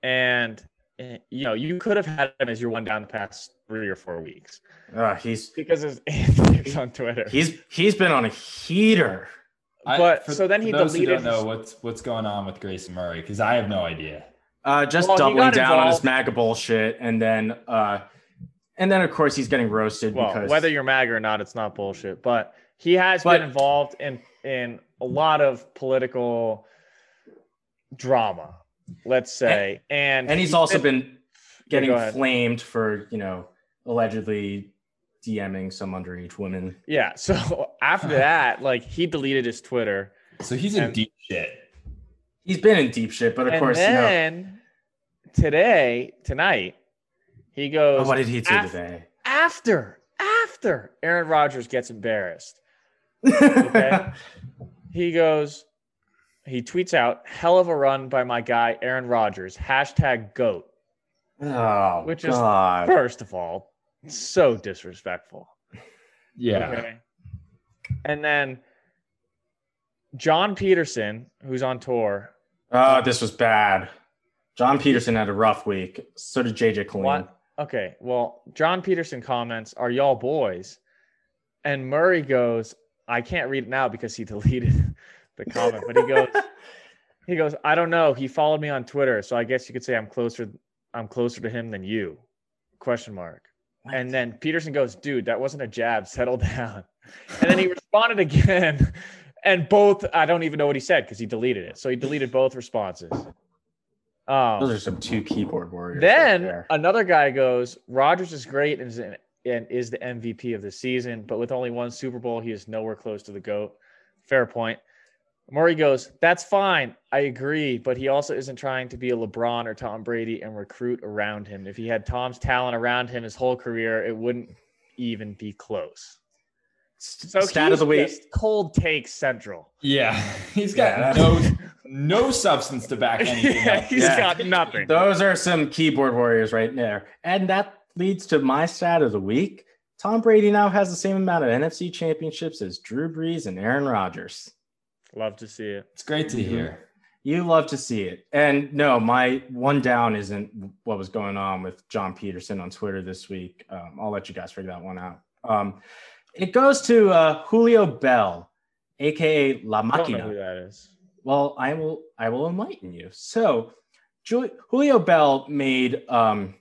[SPEAKER 1] and eh, you know you could have had him as your one down the past three or four weeks
[SPEAKER 2] uh, he's
[SPEAKER 1] because his antics on Twitter.
[SPEAKER 2] he's he's been on a heater
[SPEAKER 3] I-
[SPEAKER 1] But-
[SPEAKER 3] for-
[SPEAKER 1] so then he
[SPEAKER 3] for those
[SPEAKER 1] deleted
[SPEAKER 3] Who don't know
[SPEAKER 1] his-
[SPEAKER 3] what's what's going on with Grayson Murray because I have no idea.
[SPEAKER 2] Uh, just
[SPEAKER 1] Well, he
[SPEAKER 2] doubling
[SPEAKER 1] got
[SPEAKER 2] down on his
[SPEAKER 1] involved-
[SPEAKER 2] MAGA bullshit, and then uh, and then of course he's getting roasted
[SPEAKER 1] well,
[SPEAKER 2] because
[SPEAKER 1] whether you're MAG or not, it's not bullshit. But he has
[SPEAKER 2] But-
[SPEAKER 1] been involved in in a lot of political drama, let's say, and
[SPEAKER 2] and he's also been, getting
[SPEAKER 1] go ahead.
[SPEAKER 2] flamed for you know allegedly DMing some underage women.
[SPEAKER 1] yeah. So after that, like he deleted his Twitter,
[SPEAKER 3] So he's a
[SPEAKER 1] And-
[SPEAKER 3] deep shit.
[SPEAKER 2] He's been in deep shit, but of
[SPEAKER 1] and
[SPEAKER 2] course you
[SPEAKER 1] then today, tonight, he
[SPEAKER 2] know.
[SPEAKER 1] goes.
[SPEAKER 2] Oh, what did he do
[SPEAKER 1] af-
[SPEAKER 2] today?
[SPEAKER 1] after after Aaron Rodgers gets embarrassed?
[SPEAKER 2] okay.
[SPEAKER 1] He goes. He tweets out, "Hell of a run by my guy Aaron Rodgers." Hashtag goat.
[SPEAKER 2] Oh,
[SPEAKER 1] Which is-
[SPEAKER 2] God.
[SPEAKER 1] First of all, so disrespectful.
[SPEAKER 3] Yeah.
[SPEAKER 1] Okay. And then John Peterson, who's on tour,
[SPEAKER 2] oh, this was bad. John Peterson had a rough week. So did JJ Colleen.
[SPEAKER 1] What? Okay, well, John Peterson comments, "Are y'all boys?" And Murray goes, "I can't read it now because he deleted the comment." But he goes, "He goes, I don't know. He followed me on Twitter, so I guess you could say I'm closer. I'm closer to him than you?" Question mark. And then Peterson goes, "Dude, that wasn't a jab. Settle down." And then he responded again, and both. I don't even know what he said because he deleted it. So he deleted both responses. Um,
[SPEAKER 2] Those are some two keyboard warriors. right
[SPEAKER 1] then
[SPEAKER 2] there.
[SPEAKER 1] another guy goes, Rogers is great and is, an, and is the MVP of the season, but with only one Super Bowl, he is nowhere close to the GOAT. Fair point. Murray goes, That's fine. I agree, but he also isn't trying to be a LeBron or Tom Brady and recruit around him. If he had Tom's talent around him his whole career, it wouldn't even be close. So
[SPEAKER 2] stat of
[SPEAKER 1] he's
[SPEAKER 2] the week.
[SPEAKER 1] just cold take central.
[SPEAKER 3] Yeah, he's
[SPEAKER 2] Yeah,
[SPEAKER 3] got
[SPEAKER 2] that's-
[SPEAKER 3] no no substance to back anything.
[SPEAKER 1] yeah,
[SPEAKER 3] up.
[SPEAKER 1] he's
[SPEAKER 2] Yeah.
[SPEAKER 1] got nothing.
[SPEAKER 2] Those are some keyboard warriors right there. And that leads to my stat of the week. Tom Brady now has the same amount of NFC championships as Drew Brees and Aaron Rodgers.
[SPEAKER 1] Love to see it.
[SPEAKER 3] It's great to hear.
[SPEAKER 2] You love to see it. And no, my one down isn't what was going on with John Peterson on Twitter this week. Um, I'll let you guys figure that one out. Um, it goes to uh, Julio Bell, aka La
[SPEAKER 1] I don't know who
[SPEAKER 2] Machina.
[SPEAKER 1] that is.
[SPEAKER 2] Well, I will. I will enlighten you. So, Ju- Julio Bell made um,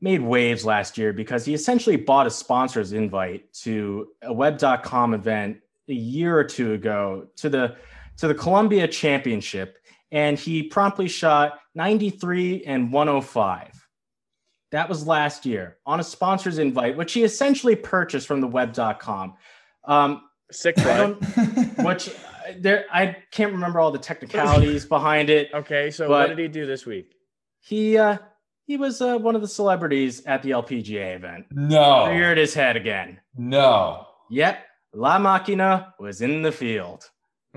[SPEAKER 2] made waves last year because he essentially bought a sponsor's invite to a Web.com event a year or two ago to the to the Columbia Championship, and he promptly shot 93 and 105. That was last year on a sponsor's invite, which he essentially purchased from the web.com. Um,
[SPEAKER 1] Sick
[SPEAKER 2] I
[SPEAKER 1] putt.
[SPEAKER 2] don't, which uh, there, I can't remember all the technicalities behind it.
[SPEAKER 1] Okay, so what
[SPEAKER 2] But-
[SPEAKER 1] did he do this week?
[SPEAKER 2] He, uh, he was uh, one of the celebrities at the LPGA event.
[SPEAKER 3] no,
[SPEAKER 2] Reared his head again.
[SPEAKER 3] no.
[SPEAKER 2] Yep, La Machina was in the field.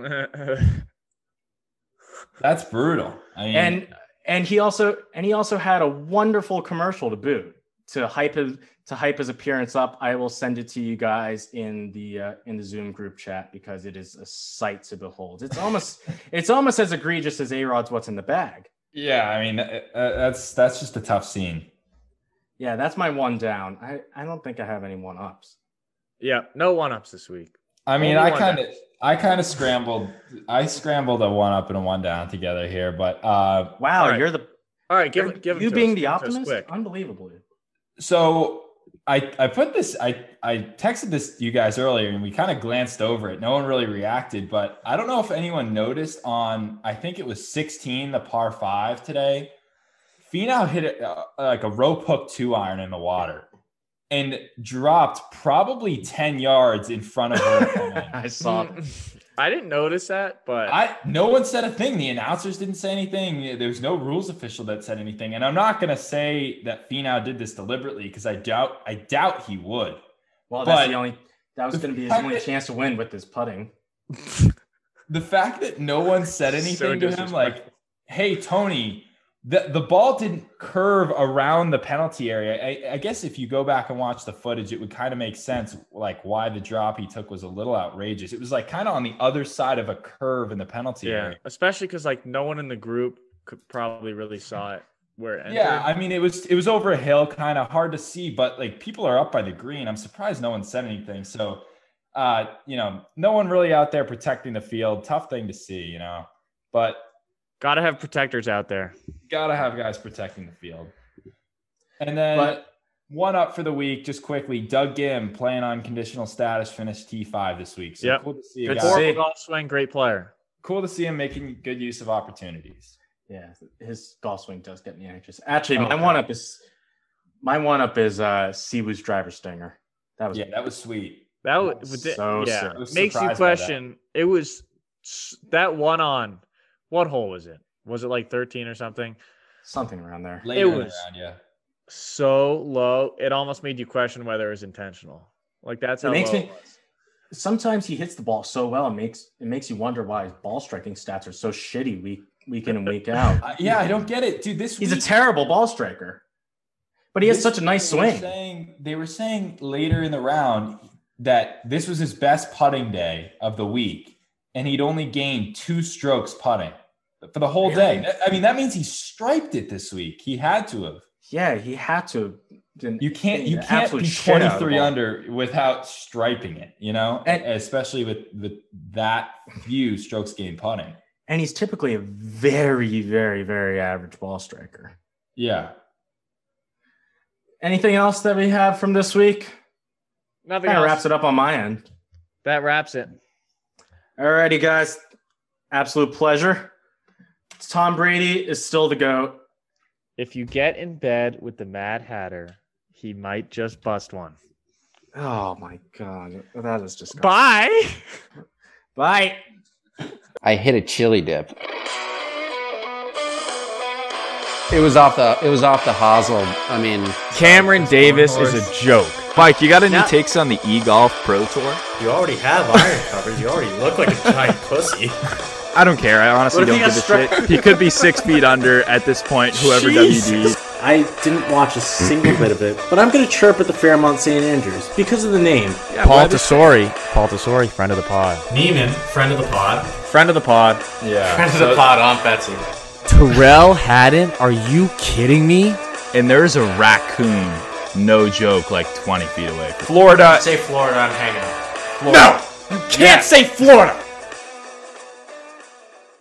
[SPEAKER 3] That's brutal. I mean,
[SPEAKER 2] and and he also and he also had a wonderful commercial to boot to hype his to hype his appearance up. I will send it to you guys in the uh, in the Zoom group chat because it is a sight to behold. It's almost it's almost as egregious as A Rod's "What's in the Bag."
[SPEAKER 3] yeah, I mean, uh, uh, that's that's just a tough scene.
[SPEAKER 2] Yeah, that's my one down. I I don't think I have any one ups.
[SPEAKER 1] yeah, no one ups this week.
[SPEAKER 3] I mean,
[SPEAKER 1] Only
[SPEAKER 3] I
[SPEAKER 1] one
[SPEAKER 3] kind of, I kind of scrambled, I scrambled a one up and a one down together here, but uh,
[SPEAKER 2] Wow,
[SPEAKER 1] All right,
[SPEAKER 2] you're the
[SPEAKER 1] All right, give it. give it
[SPEAKER 2] you
[SPEAKER 1] to
[SPEAKER 2] being
[SPEAKER 1] us,
[SPEAKER 2] the
[SPEAKER 1] give it to us
[SPEAKER 2] optimist.
[SPEAKER 1] quick.
[SPEAKER 2] Unbelievably.
[SPEAKER 3] so I, I put this, I, I texted this to you guys earlier, and we kind of glanced over it. No one really reacted, but I don't know if anyone noticed on, I think it was 16, the par five today. Finau hit a, uh, like a rope hook two iron in the water, and dropped probably ten yards in front of her.
[SPEAKER 2] I saw. that.
[SPEAKER 1] Mm, I didn't notice that, but
[SPEAKER 3] I no one said a thing. The announcers didn't say anything. There was no rules official that said anything. And I'm not gonna say that Finau did this deliberately because I doubt I doubt he would.
[SPEAKER 2] Well, that's
[SPEAKER 3] But-
[SPEAKER 2] the only that was going to be his only chance to win with this putting.
[SPEAKER 3] The fact that no one said
[SPEAKER 1] So
[SPEAKER 3] anything to him,
[SPEAKER 1] disrespectful.
[SPEAKER 3] like, "Hey Tony, the the ball didn't curve around the penalty area." I, I guess if you go back and watch the footage, it would kind of make sense, like why the drop he took was a little outrageous. It was like kind of on the other side of a curve in the penalty
[SPEAKER 1] yeah,
[SPEAKER 3] area.
[SPEAKER 1] especially because like no one in the group could probably really saw it where it entered.
[SPEAKER 3] Yeah, I mean it was it was over a hill, kind of hard to see, but like people are up by the green. I'm surprised no one said anything. So, uh, you know, no one really out there protecting the field. Tough thing to see, you know. But
[SPEAKER 1] gotta have protectors out there.
[SPEAKER 3] gotta have guys protecting the field. And then
[SPEAKER 2] But-
[SPEAKER 3] one up for the week, just quickly. Doug Gim playing on conditional status, finished T five this week. So
[SPEAKER 1] Yep.
[SPEAKER 3] cool to see a
[SPEAKER 1] Good
[SPEAKER 3] guy.
[SPEAKER 1] horrible
[SPEAKER 2] see.
[SPEAKER 1] golf swing, great player.
[SPEAKER 3] Cool to see him making good use of opportunities.
[SPEAKER 2] Yeah, his golf swing does get me anxious. Actually,
[SPEAKER 1] Oh,
[SPEAKER 2] my
[SPEAKER 1] yeah.
[SPEAKER 2] one up is my one up is uh Siwoo's driver stinger. That was
[SPEAKER 3] Yeah, that was sweet.
[SPEAKER 1] That was,
[SPEAKER 2] So
[SPEAKER 1] yeah,
[SPEAKER 2] sick.
[SPEAKER 3] I was
[SPEAKER 1] makes you
[SPEAKER 3] surprised by that.
[SPEAKER 1] question. It was s- that one on what hole was it? Was it like 13 or something?
[SPEAKER 2] something around there.
[SPEAKER 3] Later in the
[SPEAKER 1] was-
[SPEAKER 3] round, yeah.
[SPEAKER 1] So low, it almost made you question whether it was intentional. Like that's
[SPEAKER 2] It
[SPEAKER 1] how
[SPEAKER 2] makes
[SPEAKER 1] low
[SPEAKER 2] me- Sometimes he hits the ball so well it makes it makes you wonder why his ball striking stats are so shitty week week in and week out.
[SPEAKER 3] Uh, yeah, I don't get it, dude. This
[SPEAKER 2] He's a
[SPEAKER 3] week-
[SPEAKER 2] terrible ball striker. But he has
[SPEAKER 3] This-
[SPEAKER 2] such a nice
[SPEAKER 3] they were
[SPEAKER 2] swing.
[SPEAKER 3] saying- they were saying later in the round that this was his best putting day of the week, and he'd only gained two strokes putting for the whole day.
[SPEAKER 2] Really?
[SPEAKER 3] That- I mean, that means he striped it this week. He had to have.
[SPEAKER 2] Yeah, he had to didn't-
[SPEAKER 3] You can't. You
[SPEAKER 2] the
[SPEAKER 3] can't
[SPEAKER 2] absolute
[SPEAKER 3] be
[SPEAKER 2] shit out of
[SPEAKER 3] twenty
[SPEAKER 2] the
[SPEAKER 3] three
[SPEAKER 2] ball.
[SPEAKER 3] under without striping it. You know,
[SPEAKER 2] And-
[SPEAKER 3] especially with with that few strokes gained putting.
[SPEAKER 2] And he's typically a very, very, very average ball striker.
[SPEAKER 3] Yeah.
[SPEAKER 2] Anything else that we have from this week?
[SPEAKER 1] nothing
[SPEAKER 2] Kind of
[SPEAKER 1] else.
[SPEAKER 2] wraps it up on my end.
[SPEAKER 1] That wraps it.
[SPEAKER 2] All righty, guys. Absolute pleasure. Tom Brady is still the GOAT.
[SPEAKER 1] If you get in bed with the Mad Hatter, he might just bust one.
[SPEAKER 2] Oh my God. That is just
[SPEAKER 1] Bye.
[SPEAKER 2] Bye.
[SPEAKER 4] I hit a chili dip. It was off the it was off the hosel. I mean,
[SPEAKER 1] Cameron Davis is a joke.
[SPEAKER 5] Mike, you got any
[SPEAKER 6] Yeah.
[SPEAKER 5] takes on the e-golf pro tour?
[SPEAKER 6] You already have iron covers. You already look like a giant pussy.
[SPEAKER 5] I don't care. I honestly
[SPEAKER 6] What
[SPEAKER 5] don't
[SPEAKER 6] if he
[SPEAKER 5] give a
[SPEAKER 6] got
[SPEAKER 5] shit. He could be six feet under at this point. Whoever WD.
[SPEAKER 6] I didn't watch a single bit of it, but I'm gonna chirp at the Fairmont St. Andrews because of the name.
[SPEAKER 1] Paul Tesori. Paul Tesori, friend of the pod.
[SPEAKER 6] Neiman, friend of the pod.
[SPEAKER 1] Friend of the pod.
[SPEAKER 3] Yeah.
[SPEAKER 6] of the pod, Aunt Betsy.
[SPEAKER 1] Terrell Haddon. Are you kidding me?
[SPEAKER 5] And there's a raccoon. No joke, like
[SPEAKER 6] Uh,
[SPEAKER 5] 20 feet away. Florida.
[SPEAKER 6] Say Florida, I'm hanging out.
[SPEAKER 5] No! You can't say Florida!